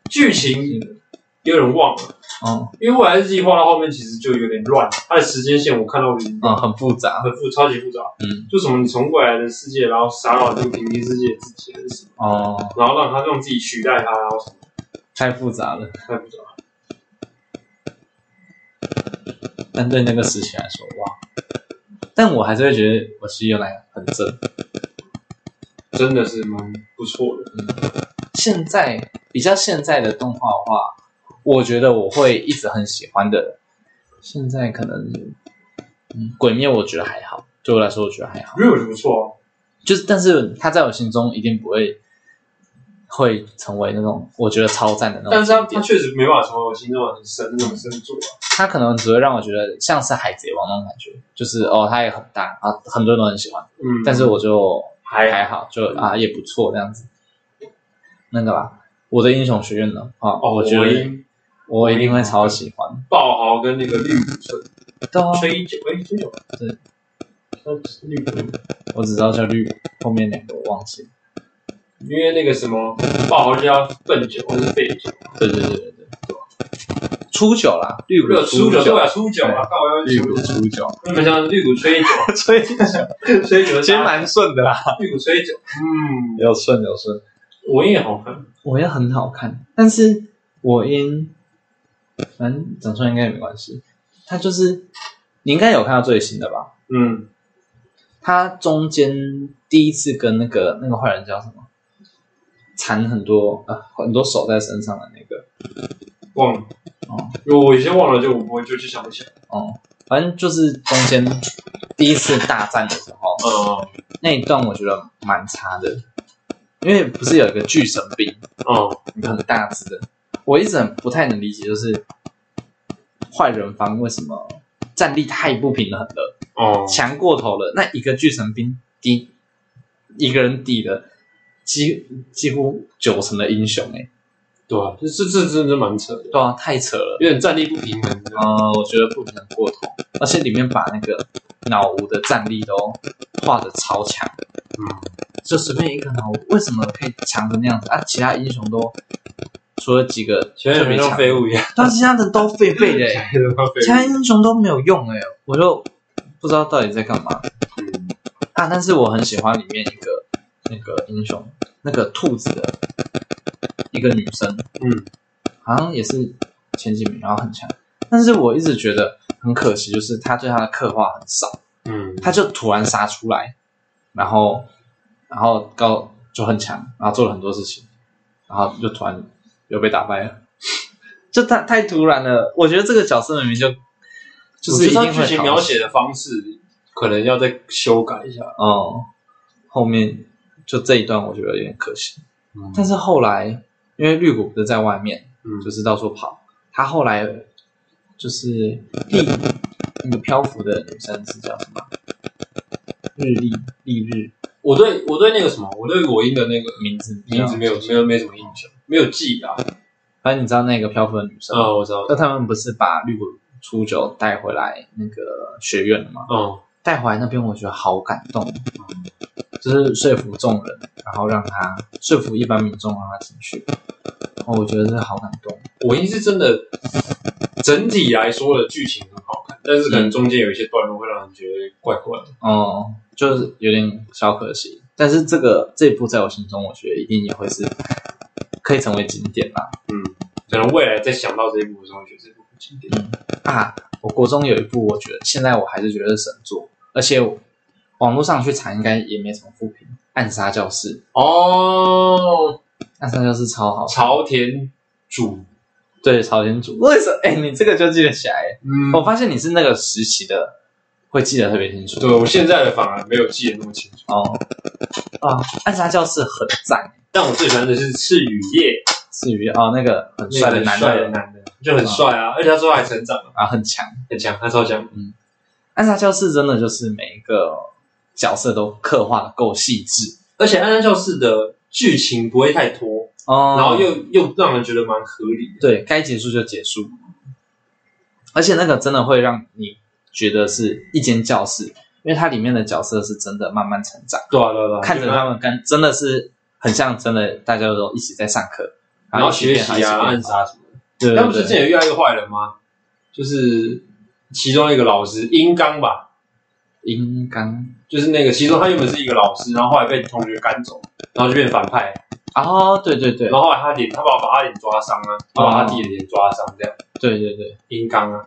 剧情有点忘了，
嗯
因为未来日记画到后面其实就有点乱，它的时间线我看到已经
嗯，很复杂。
很复超级复杂，
嗯，
就什么你从未来的世界，然后杀到这个平行世界自己的事，
哦，
然后让他用自己取代他，然后什么
太复杂了。
太复杂了。
但对那个时期来说，哇！但我还是会觉得我是有来很正。
真的是蛮不错的。
嗯现在比较现在的动画的话，我觉得我会一直很喜欢的。现在可能，嗯，鬼灭我觉得还好，对我来说我觉得还好。
r e a 不错、
就是，但是它在我心中一定不会会成为那种我觉得超赞的那种
啊，但是他
经典。
他确实没办法成为我心中很深那种深作、啊。
它可能只会让我觉得像是海贼王那种感觉，就是哦，它也很大啊，很多人都很喜欢，
嗯，
但是我就
还
还好，就啊也不错这样子。那个吧，我的英雄学院呢？啊，
哦，
我觉得。
因
我一定会超喜欢。
爆豪跟那个绿谷春
对啊
吹酒，哎，吹酒
对，
他是绿谷，
我只知道叫绿，后面两个我忘记了。
因为那个什么爆豪就叫笨酒或是废酒，
对对对对对，初九啦，绿谷
热
初
出酒对
九，
吧？出酒啊，干嘛要
绿
出
谷
酒？
初 九，
那么像绿谷吹酒，
吹其
吹酒
实
加
蛮顺的啦，
绿谷吹酒，嗯，
有顺有顺。
我也好看，
我也很好看，但是我音，反正讲出来应该也没关系。它就是你应该有看到最新的吧？
嗯，
它中间第一次跟那个那个坏人叫什么，缠很多啊、很多手在身上的那个，
忘了，
哦，
如果我有些忘了就我不会就去想不起来，
哦，反正就是中间第一次大战的时候，
嗯
那一段我觉得蛮差的，因为不是有一个巨神兵，
嗯，
一个很大只的，我一直很不太能理解，就是坏人方为什么战力太不平衡了，
哦，
强过头了，那一个巨神兵抵一个人抵了几几乎九成的英雄哎、
对啊，这这这真的是蛮扯的，
对啊，太扯了。
有点战力不平衡。
呃，我觉得不可能过头，而且里面把那个脑无的战力都画的超强，
嗯，
就随便一个脑无为什么可以强成那样子啊？其他英雄都除了几个
全
特
员
别
没像
强，
废物一样，
但其他的都废废的、欸，
全员都
其
废物。
他英雄都没有用哎、我就不知道到底在干嘛
嗯
啊！但是我很喜欢里面一个那个英雄，那个兔子的一个女生，
嗯，
好像也是前几名，然后很强。但是我一直觉得很可惜，就是他对他的刻画很少，
嗯，
他就突然杀出来，然后然后高就很强，然后做了很多事情，然后就突然又被打败了，就太太突然了。我觉得这个角色明明就就
我
是
觉
一定
得他
会
剧情
讨
描
论
写的方式可能要再修改一下。
哦，后面就这一段我觉得有点可惜。
嗯
但是后来，因为绿谷不是在外面，
嗯
就是到处跑，他后来就是丽那个漂浮的女生是叫什么？日历丽日
我对我对那个什么，我对我音的那个
名字
名字没有没有没什么印象，没有记啊。
反正你知道那个漂浮的女生，
啊，我知道
那、。他们不是把绿谷初九带回来那个学院了吗？
嗯，
带回来那边，我觉得好感动，就是说服众人，然后让他说服一般民众让他进去，哦，我觉得这好感动。
我音是真的，整体来说的剧情很好看，但是可能中间有一些段落会让人觉得怪怪的。
哦，就是有点小可惜，但是这个这一部在我心中，我觉得一定也会是可以成为经典吧。
嗯，可能未来再想到这一部的时候，会觉得这部很经典。
啊，我国中有一部，我觉得现在我还是觉得是神作，而且网络上去查应该也没什么负评，《暗杀教室》《
哦，
暗杀教室》超好看，
朝田主，
对朝天主，为什么？哎，你这个就记得起来、
嗯
我发现你是那个时期的，会记得特别清楚。
对我现在的反而没有记得那么清楚。
哦，啊，暗杀教室很赞，
但我最喜欢的是赤羽叶，
至于哦那个很帅的男
那个
的
很帅的男的就很帅啊，而且他最后还成长了，
啊很强，
很强，他超强。
暗杀教室真的就是每一个角色都刻画的够细致
而且《暗杀教室》的剧情不会太拖，
哦，
然后又又让人觉得蛮合理的。
对该结束就结束，而且那个真的会让你觉得是一间教室，因为它里面的角色是真的慢慢成长，
对啊，对啊，对啊
看着他，们跟真的是很像真的大家都一起在上课，
然后
一起
学
变好
习啊，
一
暗
起变好
杀什么的。
对
他们
对
之前有越来越坏人吗？就是其中一个老师英刚吧，
银刚
就是那个其中他原本是一个老师，然后后来被同学赶走，然后就变反派，
哦，对对对
然后后来他脸，他把把他脸抓伤啊，他把他弟的脸抓伤这样。
对对对，
英刚啊，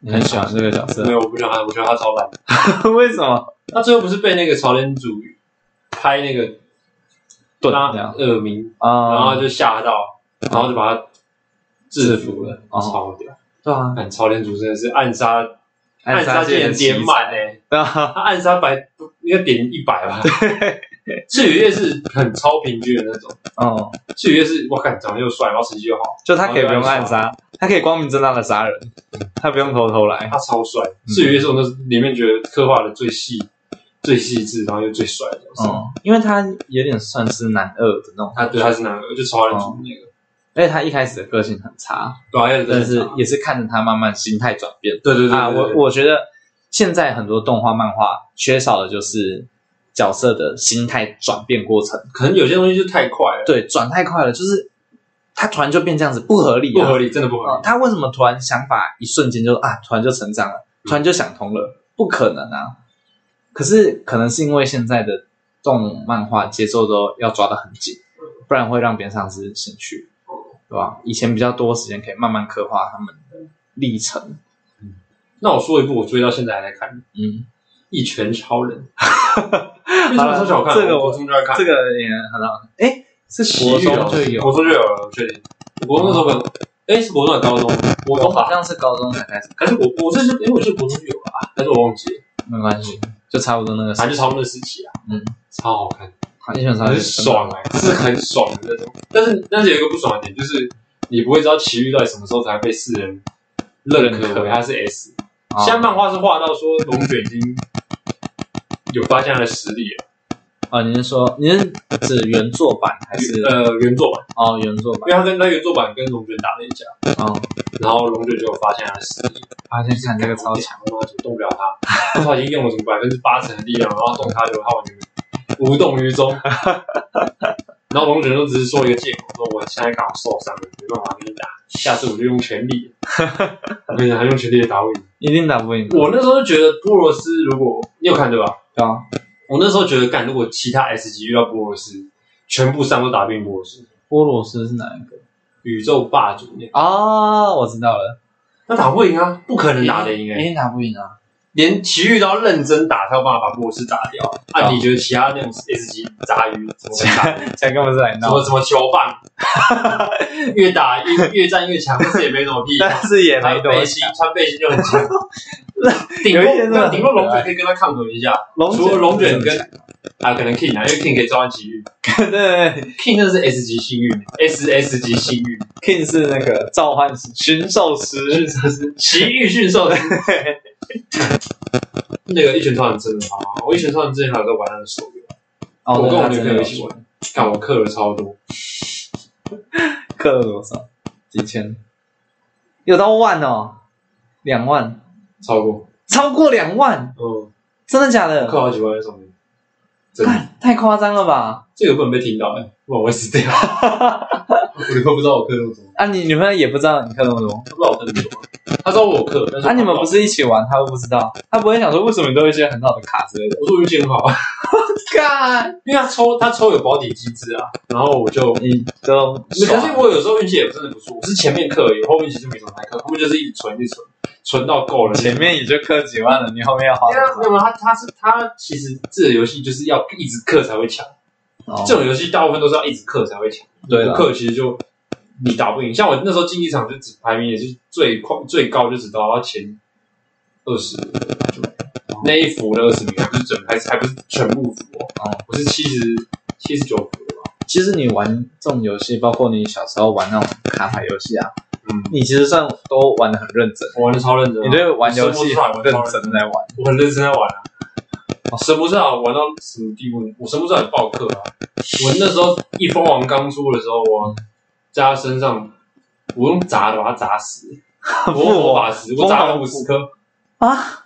你很喜欢这个角色
没，有，我不喜欢他，我觉得他超烂。
为什么？
他最后不是被那个朝天主拍那个
对，
拉
这样
耳鸣，然后
啊
他，就吓到，然后就把他制服了，
哦
超屌！
对啊，
看朝天主真的是暗杀暗杀
界
界
人
的点满哎，
对啊，
他暗杀百应该点一 百吧？赤羽叶是很超平均的那种，
哦，
赤羽叶是我看长得又帅，然后成绩又好，
就他可以不用暗杀，他可以光明正大的杀人，他不用偷偷来。
他超帅。
嗯
赤羽叶是我那里面觉得刻画的最细、最细致，然后又最帅的角色。
嗯，因为他有点算是男二的那种，
他对他是男二，就朝天主那个，
而且他一开始的个性很差，
对啊，还有
但是也是看着他慢慢心态转变
对对对
啊。我我觉得现在很多动画漫画缺少的就是角色的心态转变过程，
可能有些东西就太快了，
对，转太快了，就是他突然就变这样子，不合理、
不
啊，
合理，真的不合
啊
理。
他为什么突然想法一瞬间就啊，突然就成长了，突然就想通了？不可能啊！可是可能是因为现在的动漫画节奏都要抓得很紧，不然会让别人丧失兴趣，对吧？以前比较多时间可以慢慢刻画他们的历程。
那我说一部我追到现在还在看《
嗯，
一拳 超人》，因为这个超小看，
这个我
我国中就在看，
这个也很好看。哎，是
国
国
中
中就有，
国中就有了，我确定。我国中那时候可能，哎，是国中还是高中？国中
好
吧，
像是高中才开始，
还是我我这是因为我是国中就有了啊，但是我忘记了，
没关系，就差不多那个时
反
候。
正就超那时期啊，
嗯，
超好看，
一拳超人
很爽
啊
哎，是很爽的那种。但是但是有一个不爽的点就是，你不会知道奇遇到底什么时候才被世人认
认
可
可
为他是 S。
啊
现在漫画是画到说龙卷已经有发现他的实力了，
哦，你是说你是指原作版还是啊
呃原作版，
哦原作
因
版？
为他跟他原作版跟龙卷打了一架，
哦，
然后龙卷就发现他的实力，
发现看这个
超
超强，
强，他妈就动不了他，他已经用了什么百分之八成的力量，然后动他就他完全无动于衷。然后龙卷就只是说一个借口，说我现在刚好受伤了，没办法跟你打，下次我就用全力。 我跟你讲，他用全力也打不赢。
一定打不赢。
我那时候就觉得波罗斯，如果你有看对吧？
对啊，
我那时候觉得，干如果其他 S 级遇到波罗斯，全部伤都打遍波罗斯，
波罗斯是哪一个？
宇宙霸主那个，
啊，我知道了，
那打不赢啊，不可能打得赢哎、
一定打不赢 啊！
连奇遇都要认真打，才有办法把波罗斯打掉。啊，你觉得其他那种 S 级杂鱼怎么打？
才根本是来
什
闹
么
的，
什么球 棒，越打越越战越强，但是也没什么屁用。
但是也没
穿
多
背
强
心，穿背心就很 强。顶
有一些真的
多啊
很
顶多龙
可爱
卷可以跟他抗衡一下，
啊龙卷
除了龙卷
真的
跟啊可能 King 啊，因为 King 可以召唤奇遇。
对对对
King 真的是 S 级幸运，S S 级幸运，
，King 是那个召唤 师、驯兽师，
奇遇驯兽 师。那个一拳超人真的好啊！我一拳超人之前还有在玩他的手游，
哦，
我跟我
对
女
他
朋
真
友
的
一起玩，看我氪了超多，
氪了多少？几千？有到万哦，两万，
超过，
超过两万，
嗯，
真的假
氪
的？
好几万在上面，真的，
干太夸张了吧？
这个不能被听到哎、不然我会死掉。我女朋友不知道我氪那么多，
啊，你女朋友也不知道你氪那么多，
她不知道我氪那么多，她知道我有氪，但是
啊，你们不
是？
是一起玩，她会不知道，她不会想说为什么你都有一些很好的卡之类的。
我说运气很好啊，
干，
因为她抽她抽有保底机制啊，然后我就
你都
可是我有时候运气也真的不错，我是前面氪而已，后面其实没什么太氪，后面就是一直存一直存，存到够了。
前面你就氪几万了，你后面要花
因为
多
没有他，他是他其实这个游戏就是要一直氪才会强，
少？
这种游戏大部分都是要一直氪才会强，
哦对
不
了，
氪其实就你打不赢。像我那时候竞技场就只排名也是最快最高就只到到前二十，就
哦
那一服的二十名，还不是整还是还不是全部服哦，
哦
我是七十七十九服的吧，
其实你玩这种游戏，包括你小时候玩那种卡牌游戏啊，
嗯，
你其实算都玩的很认真，
我玩的超认真啊，
你对玩游戏很认真地在玩。
我很认真在玩啊。神不知道玩到什么地步，我神不知道也报课啊。我那时候一封王刚出的时候，我在他身上，我用砸的把他 砸死，我用魔法石，我砸了五十颗，
啊，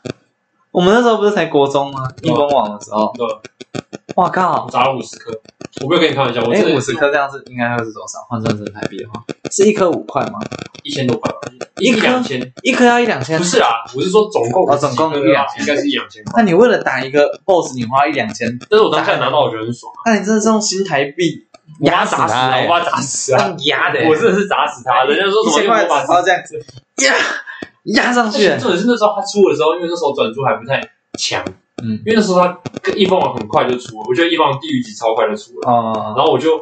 我们那时候不是才国中吗？一封网的时候，
对，
哇
我
靠！
砸了五十颗。我没有跟你开玩笑，我
哎
真，的
五十颗这样是应该会是多少？换算成台币的话，是一颗五块吗？
一千多块吧，一
一颗
两千，
一颗要一两千
不。是啊，我是说总共
哦总共
一
一两
应该是一两千块。
那你为了打一个 BOSS，你花一两千，
但是我当下拿到我觉得很爽啊，
那你真的是用新台币
我把
压
他
死
砸死
他
啊，
欸
我把他砸死啊，
让压的欸，哎
我真的是砸死他。人家说
一
什么
千
用
块
魔法
纸
石
包这样子压压 上去
而且，重点是那时候他出的时候，因为那时候转租还不太强，
嗯
因为那时候他跟一方王很快就出了，我觉得一方王地狱级超快就出了，
哦，
然后我就，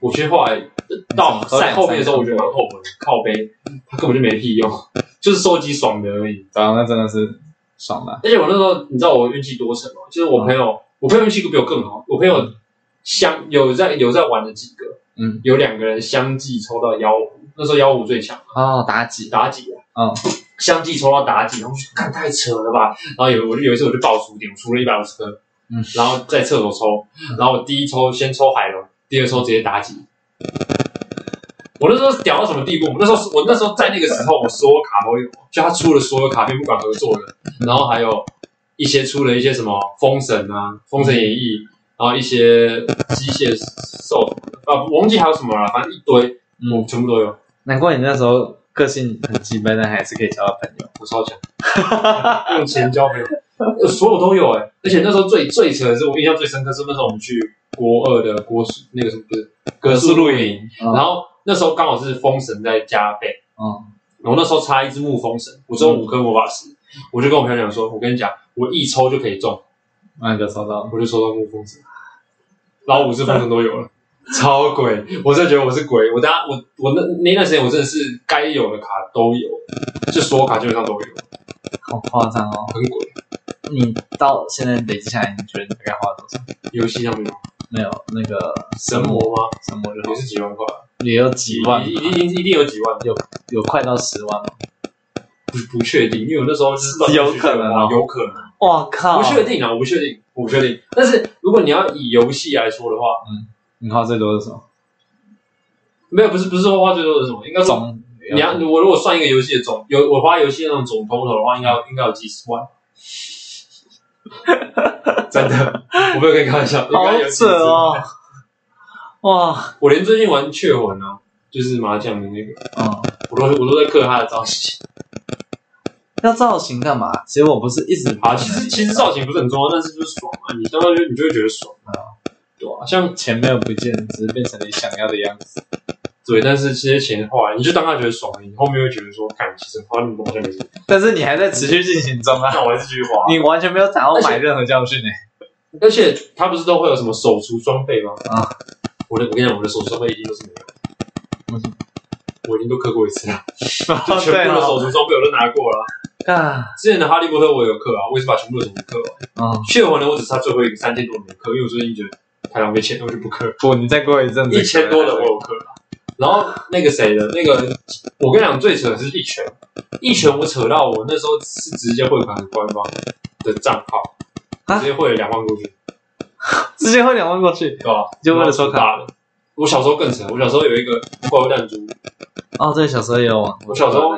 我其实后来到
走
在
两
后面的时候，
三步
我觉得蛮后悔的，靠背，他根本就没屁用， 就是收集爽的而已。
然后那真的是爽了。
而且我那时候，你知道我运气多沉吗？就是我朋友，我朋友运气比我更好，我朋友相有在有在玩的几个，
嗯，
有两个人相继抽到幺五，那时候幺五最强。
哦，妲己，
妲己啊，
嗯，
相继抽到妲己，然后我就看太扯了吧，然后有我就有一次我就爆输点，我输了一百五十颗，
嗯，
然后在厕所抽，然后我第一抽先抽海龙，第二抽直接妲己。我那时候屌到什么地步？我那时候我那时候在那个时候，我所有卡都有，就他出了所有卡片，不管合作的，然后还有一些出了一些什么封神啊，《封神演义》，然后一些机械兽啊，我忘记还有什么了，反正一堆，我
嗯，
全部都有，
难怪你那时候个性很鸡掰，但还是可以交到朋友。
我超强，用钱交朋友，呃所有都有哎、而且那时候最最扯的是，我印象最深刻是那时候我们去国二的国宿那个什么不是格数露营，
嗯
然后那时候刚好是封神在加倍，
嗯，
我那时候差一只木封神，我只有五颗魔法石，我就跟我朋友讲说，我跟你讲，我一抽就可以中，
那个收到，
我就抽到木封神，然后五只封神都有了。超鬼！我真的觉得我是鬼。我当我我那那段时间，我真的是该有的卡都有，就所有卡基本上都有，
好夸张哦！
很鬼。
你到现在累积下来，你觉得你大概花了多少？
游戏上面
没有那个
神魔吗？
神魔就
也是几万块，
也有几万吧，
一定一定一定有几万，
有快到十万吗？
不不确定，因为我那时候就是
有可能啊
有可能，
哇靠！
不确定啊，我不确定，我不确定。但是如果你要以游戏来说的话，
你花最多是什么？
没有，不是不是说花最多的是什么，应该是
总
你要我如果算一个游戏的总，有我花游戏那种总头头的话，应该应该有几十 万。真的，我没有跟你开玩笑，应
好
该有几十
扯
万
哦！ 哇，
我连最近玩雀魂啊，就是麻将的那个，
嗯，
我都我都在刻他的造型。
要造型干嘛？其实我不是一直
啊，其实其实造型不是很重要，但是就是爽啊，你相当于你就会觉得爽啊。对啊，像
钱没有不见，只是变成你想要的样子。
对，但是这些钱花来，你就当他觉得爽，你后面会觉得说，看，其实花那么多好像没什么，
但是你还在持续进行中啊，
那我还是继续花。
你完全没有想要
而且
买任何教 训呢、欸
而且他不是都会有什么手厨装备吗？
啊，
我的我跟你讲，我的手厨装备一定都是没有
为什么。
我已经都刻过一次了，就
欸。
全部的 手
对
厨装备我都拿过了啊。
哦啊，
之前的哈利波特我有刻啊，我也是把全部的手厨刻完。
嗯，
血魂呢，我只差最后一个三千多没刻，因为我最近觉得太浪费钱了，我就不刻了。
不，你再过一阵子，
一千多的我有刻了。然后那个谁的那个，我跟你讲最扯的是一拳，一拳我扯到我那时候是直接汇款给官方的账号，
啊
直接汇了两万过去，
直接会两万过去。
对吧？
就为了收卡
大的。我小时候更扯，我小时候有一个怪物弹珠，
哦，对，小时候也有玩过。嗯
我小时候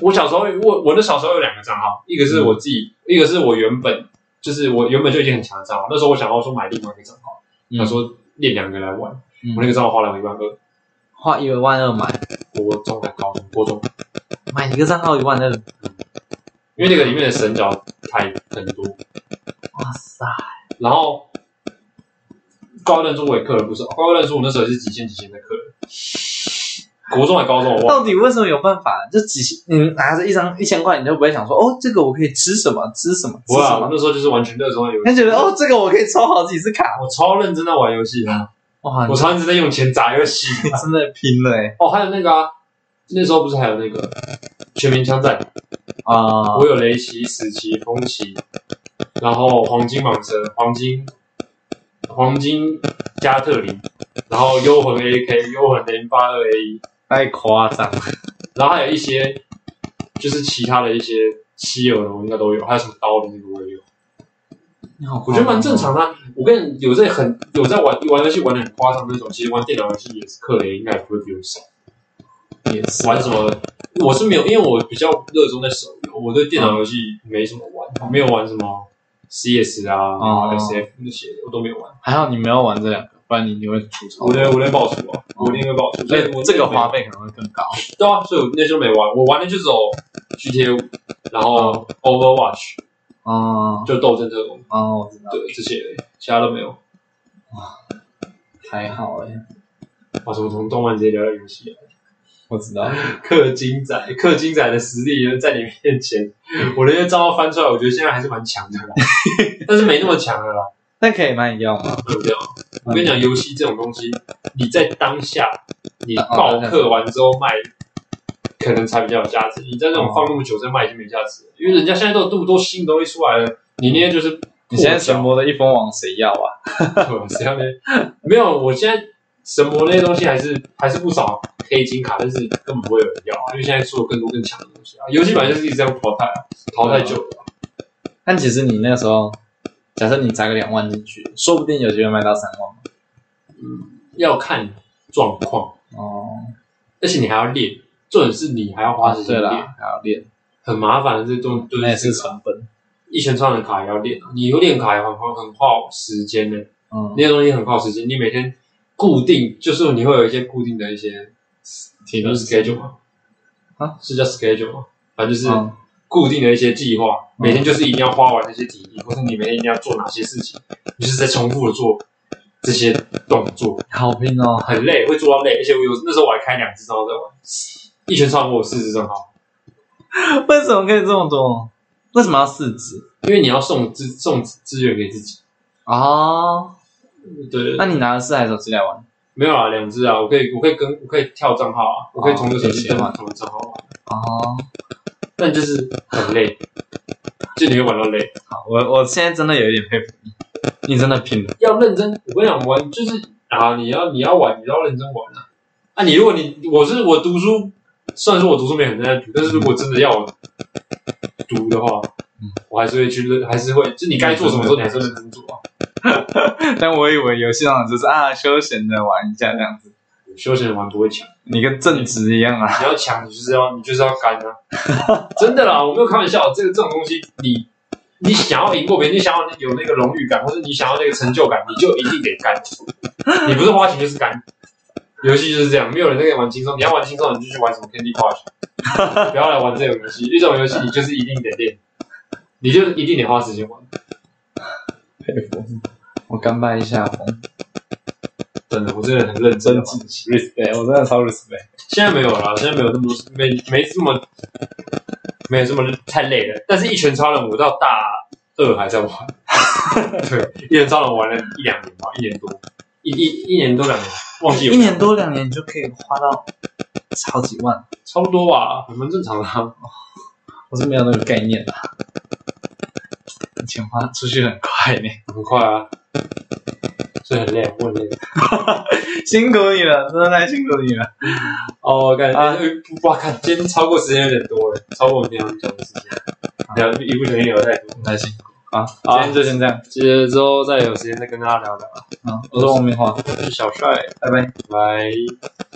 我小时候我我那小时候有两个账号，一个是我自己，
嗯
一个是我原本就是我原本就已经很强的账号，那时候我想要说买另外一个账号，
嗯
想说练两个来玩，
嗯
我那个账号花了一万二，
花一万二买，
国中还高中国中。
买一个账号一万二，
因为那个里面的神角太很多，
哇塞！
然后高弹珠我也刻了不少，高弹珠我那时候也是几千几千的刻的，国中还高中我 忘
到
了，
底为什么有办法？就几千，你拿着一张一千块，你就不会想说，哦，这个我可以吃什么，吃什么，吃
不会啊
什，
我
么？
那时候就是完全热衷于游戏，
他觉得，哦，这个我可以抽好几次卡。
我超认真在玩游戏的，
哇，
我
你
超认真在用钱砸游戏。
真的拼了哎！
哦，还有那个啊，那时候不是还有那个全民枪战，
啊，
我有雷奇、死棋、风棋，然后黄金蟒蛇、黄金黄金加特林，然后幽魂 AK、幽魂零八二 A 一。
太夸张了！
然后还有一些就是其他的一些稀有的，我应该都有，还有什么刀的那个我也有，
你好夸张哦
我觉得蛮正。常的啊。我跟你有在很有在玩玩游戏玩的很夸张那种，其实玩电脑游戏也是克雷应该也不会比我少。
也是
玩什么？我是没有，因为我比较热衷在手游，我对电脑游戏没什么玩，我没有玩什么 CS 啊、
哦
SF 那些我都没有玩。
还好你没有玩这两个，不然你你会吐槽
我。连我连爆出啊，我连个爆出，所以我
哦这个
没有
花费可能会更高。
对啊，所以我那时候没玩，我玩的就只有 GTA，五然后 Overwatch
哦
就斗争特工。
哦，我知道，
对，这些而已其他都没有。
还好哎，
哇，怎么从动漫直接聊到游戏啊？
我知道。
氪金仔，氪金仔的实力在你面前，我那些账号翻出来，我觉得现在还是蛮强 的啦，但是没那么强了啦，
那可以买饮料吗？
对不对啊？我跟你讲，游戏这种东西，你在当下你
啊
暴氪完之后卖，可能才比较有价值。你在那
哦
种放那么久再卖已经没价值了，因为人家现在都有那么多新的东西出来了，你那些就是
嗯你现在
破
神
掉
魔的一封王谁要啊？
谁要没没有，我现在神魔那些东西还是还是不少黑金卡，但是根本不会有人要啊，因为现在出了更多更强的东西啊。游戏版就是一直这样淘汰啊，淘汰久了啊。
但其实你那时候，假设你砸个两万进去，说不定有机会卖到三万。
要看状况，
哦，
而且你还要练，重点是你还要花
啊
时间
对
练，
啦，还要练，
很麻烦的这种就是
那也是
这个啊
成本。
一拳超人卡也要练啊，你有练卡也很花很耗时间呢、
嗯
那，些东西很耗时间，你每天固定就是你会有一些固定的一些
体
就是 schedule 吗？
啊，
是叫 schedule 吗？反正就是。
嗯
固定的一些计划，
嗯
每天就是一定要花完那些体力，或是你每天一定要做哪些事情，你就是在重复的做这些动作，
好拼哦。
很累，会做到累。而且我有那时候我还开两只账号在玩，一拳超过我四只账号，
为什么可以这么多？为什么要四只？
因为你要送资送资源给自己。
哦，
对，
那你拿了四台手机来玩？
没有啊，两只啊，我可以我可以跟我可以跳账号啊，我可以从这个手机
可以切
登
换
同一个账号啊玩，
哦，
但就是很累，就你会玩到累。
好，我我现在真的有一点佩服你，你真的拼了。
要认真，我跟你讲，玩就是啊，你要你要玩，你要认真玩啊。啊，你如果你我是我读书，虽然说我读书没很认真在读，但是如果真的要我读的话，我还是会去认，还是会，就你该做什么时候，你还是会认真做啊。
但我以为游戏上就是啊，休闲的玩一下这样子，
休闲玩不会强，
你跟正职一样啊。
你要强，你就是要你就是要干啊！真的啦，我没有开玩笑，这个这种东西，你你想要赢过别人，你想要有那个荣誉感，或者你想要那个成就感，你就一定得干。你不是花钱就是干，游戏就是这样，没有人在跟你玩轻松。你要玩轻松，你就去玩什么 Candy Crush，不要来玩这种游戏。一种游戏你就是一定得练，你就一定得花时间玩，
佩服，我甘拜下风，
真的，我真的很认真
真
地玩。
自己 respect，我真的超 respect。
现在没有了，现在没有那么多，没没这么，没有这么太累了。但是一拳超人我到大二还在玩， 对，一拳超人玩了一两年吧，一年多，一一一年多两年，忘记有
一年多两年就可以花到好几万，
差不多吧，还蛮正常的、啊。
我是没有那个概念的，啊钱花出去很快呢。
很快啊，所以很累，我很累。
辛苦你了，真的太辛苦你了。
哦，感觉、
啊
哇，看今天超过时间有点多了，超过我们平常讲的时间，聊一不小心聊太多。
太辛苦啊！
好
今天就先这样。
接着之后再有时间再跟大家聊聊。
嗯，我是王明华，
我是小帅，
拜拜。
拜。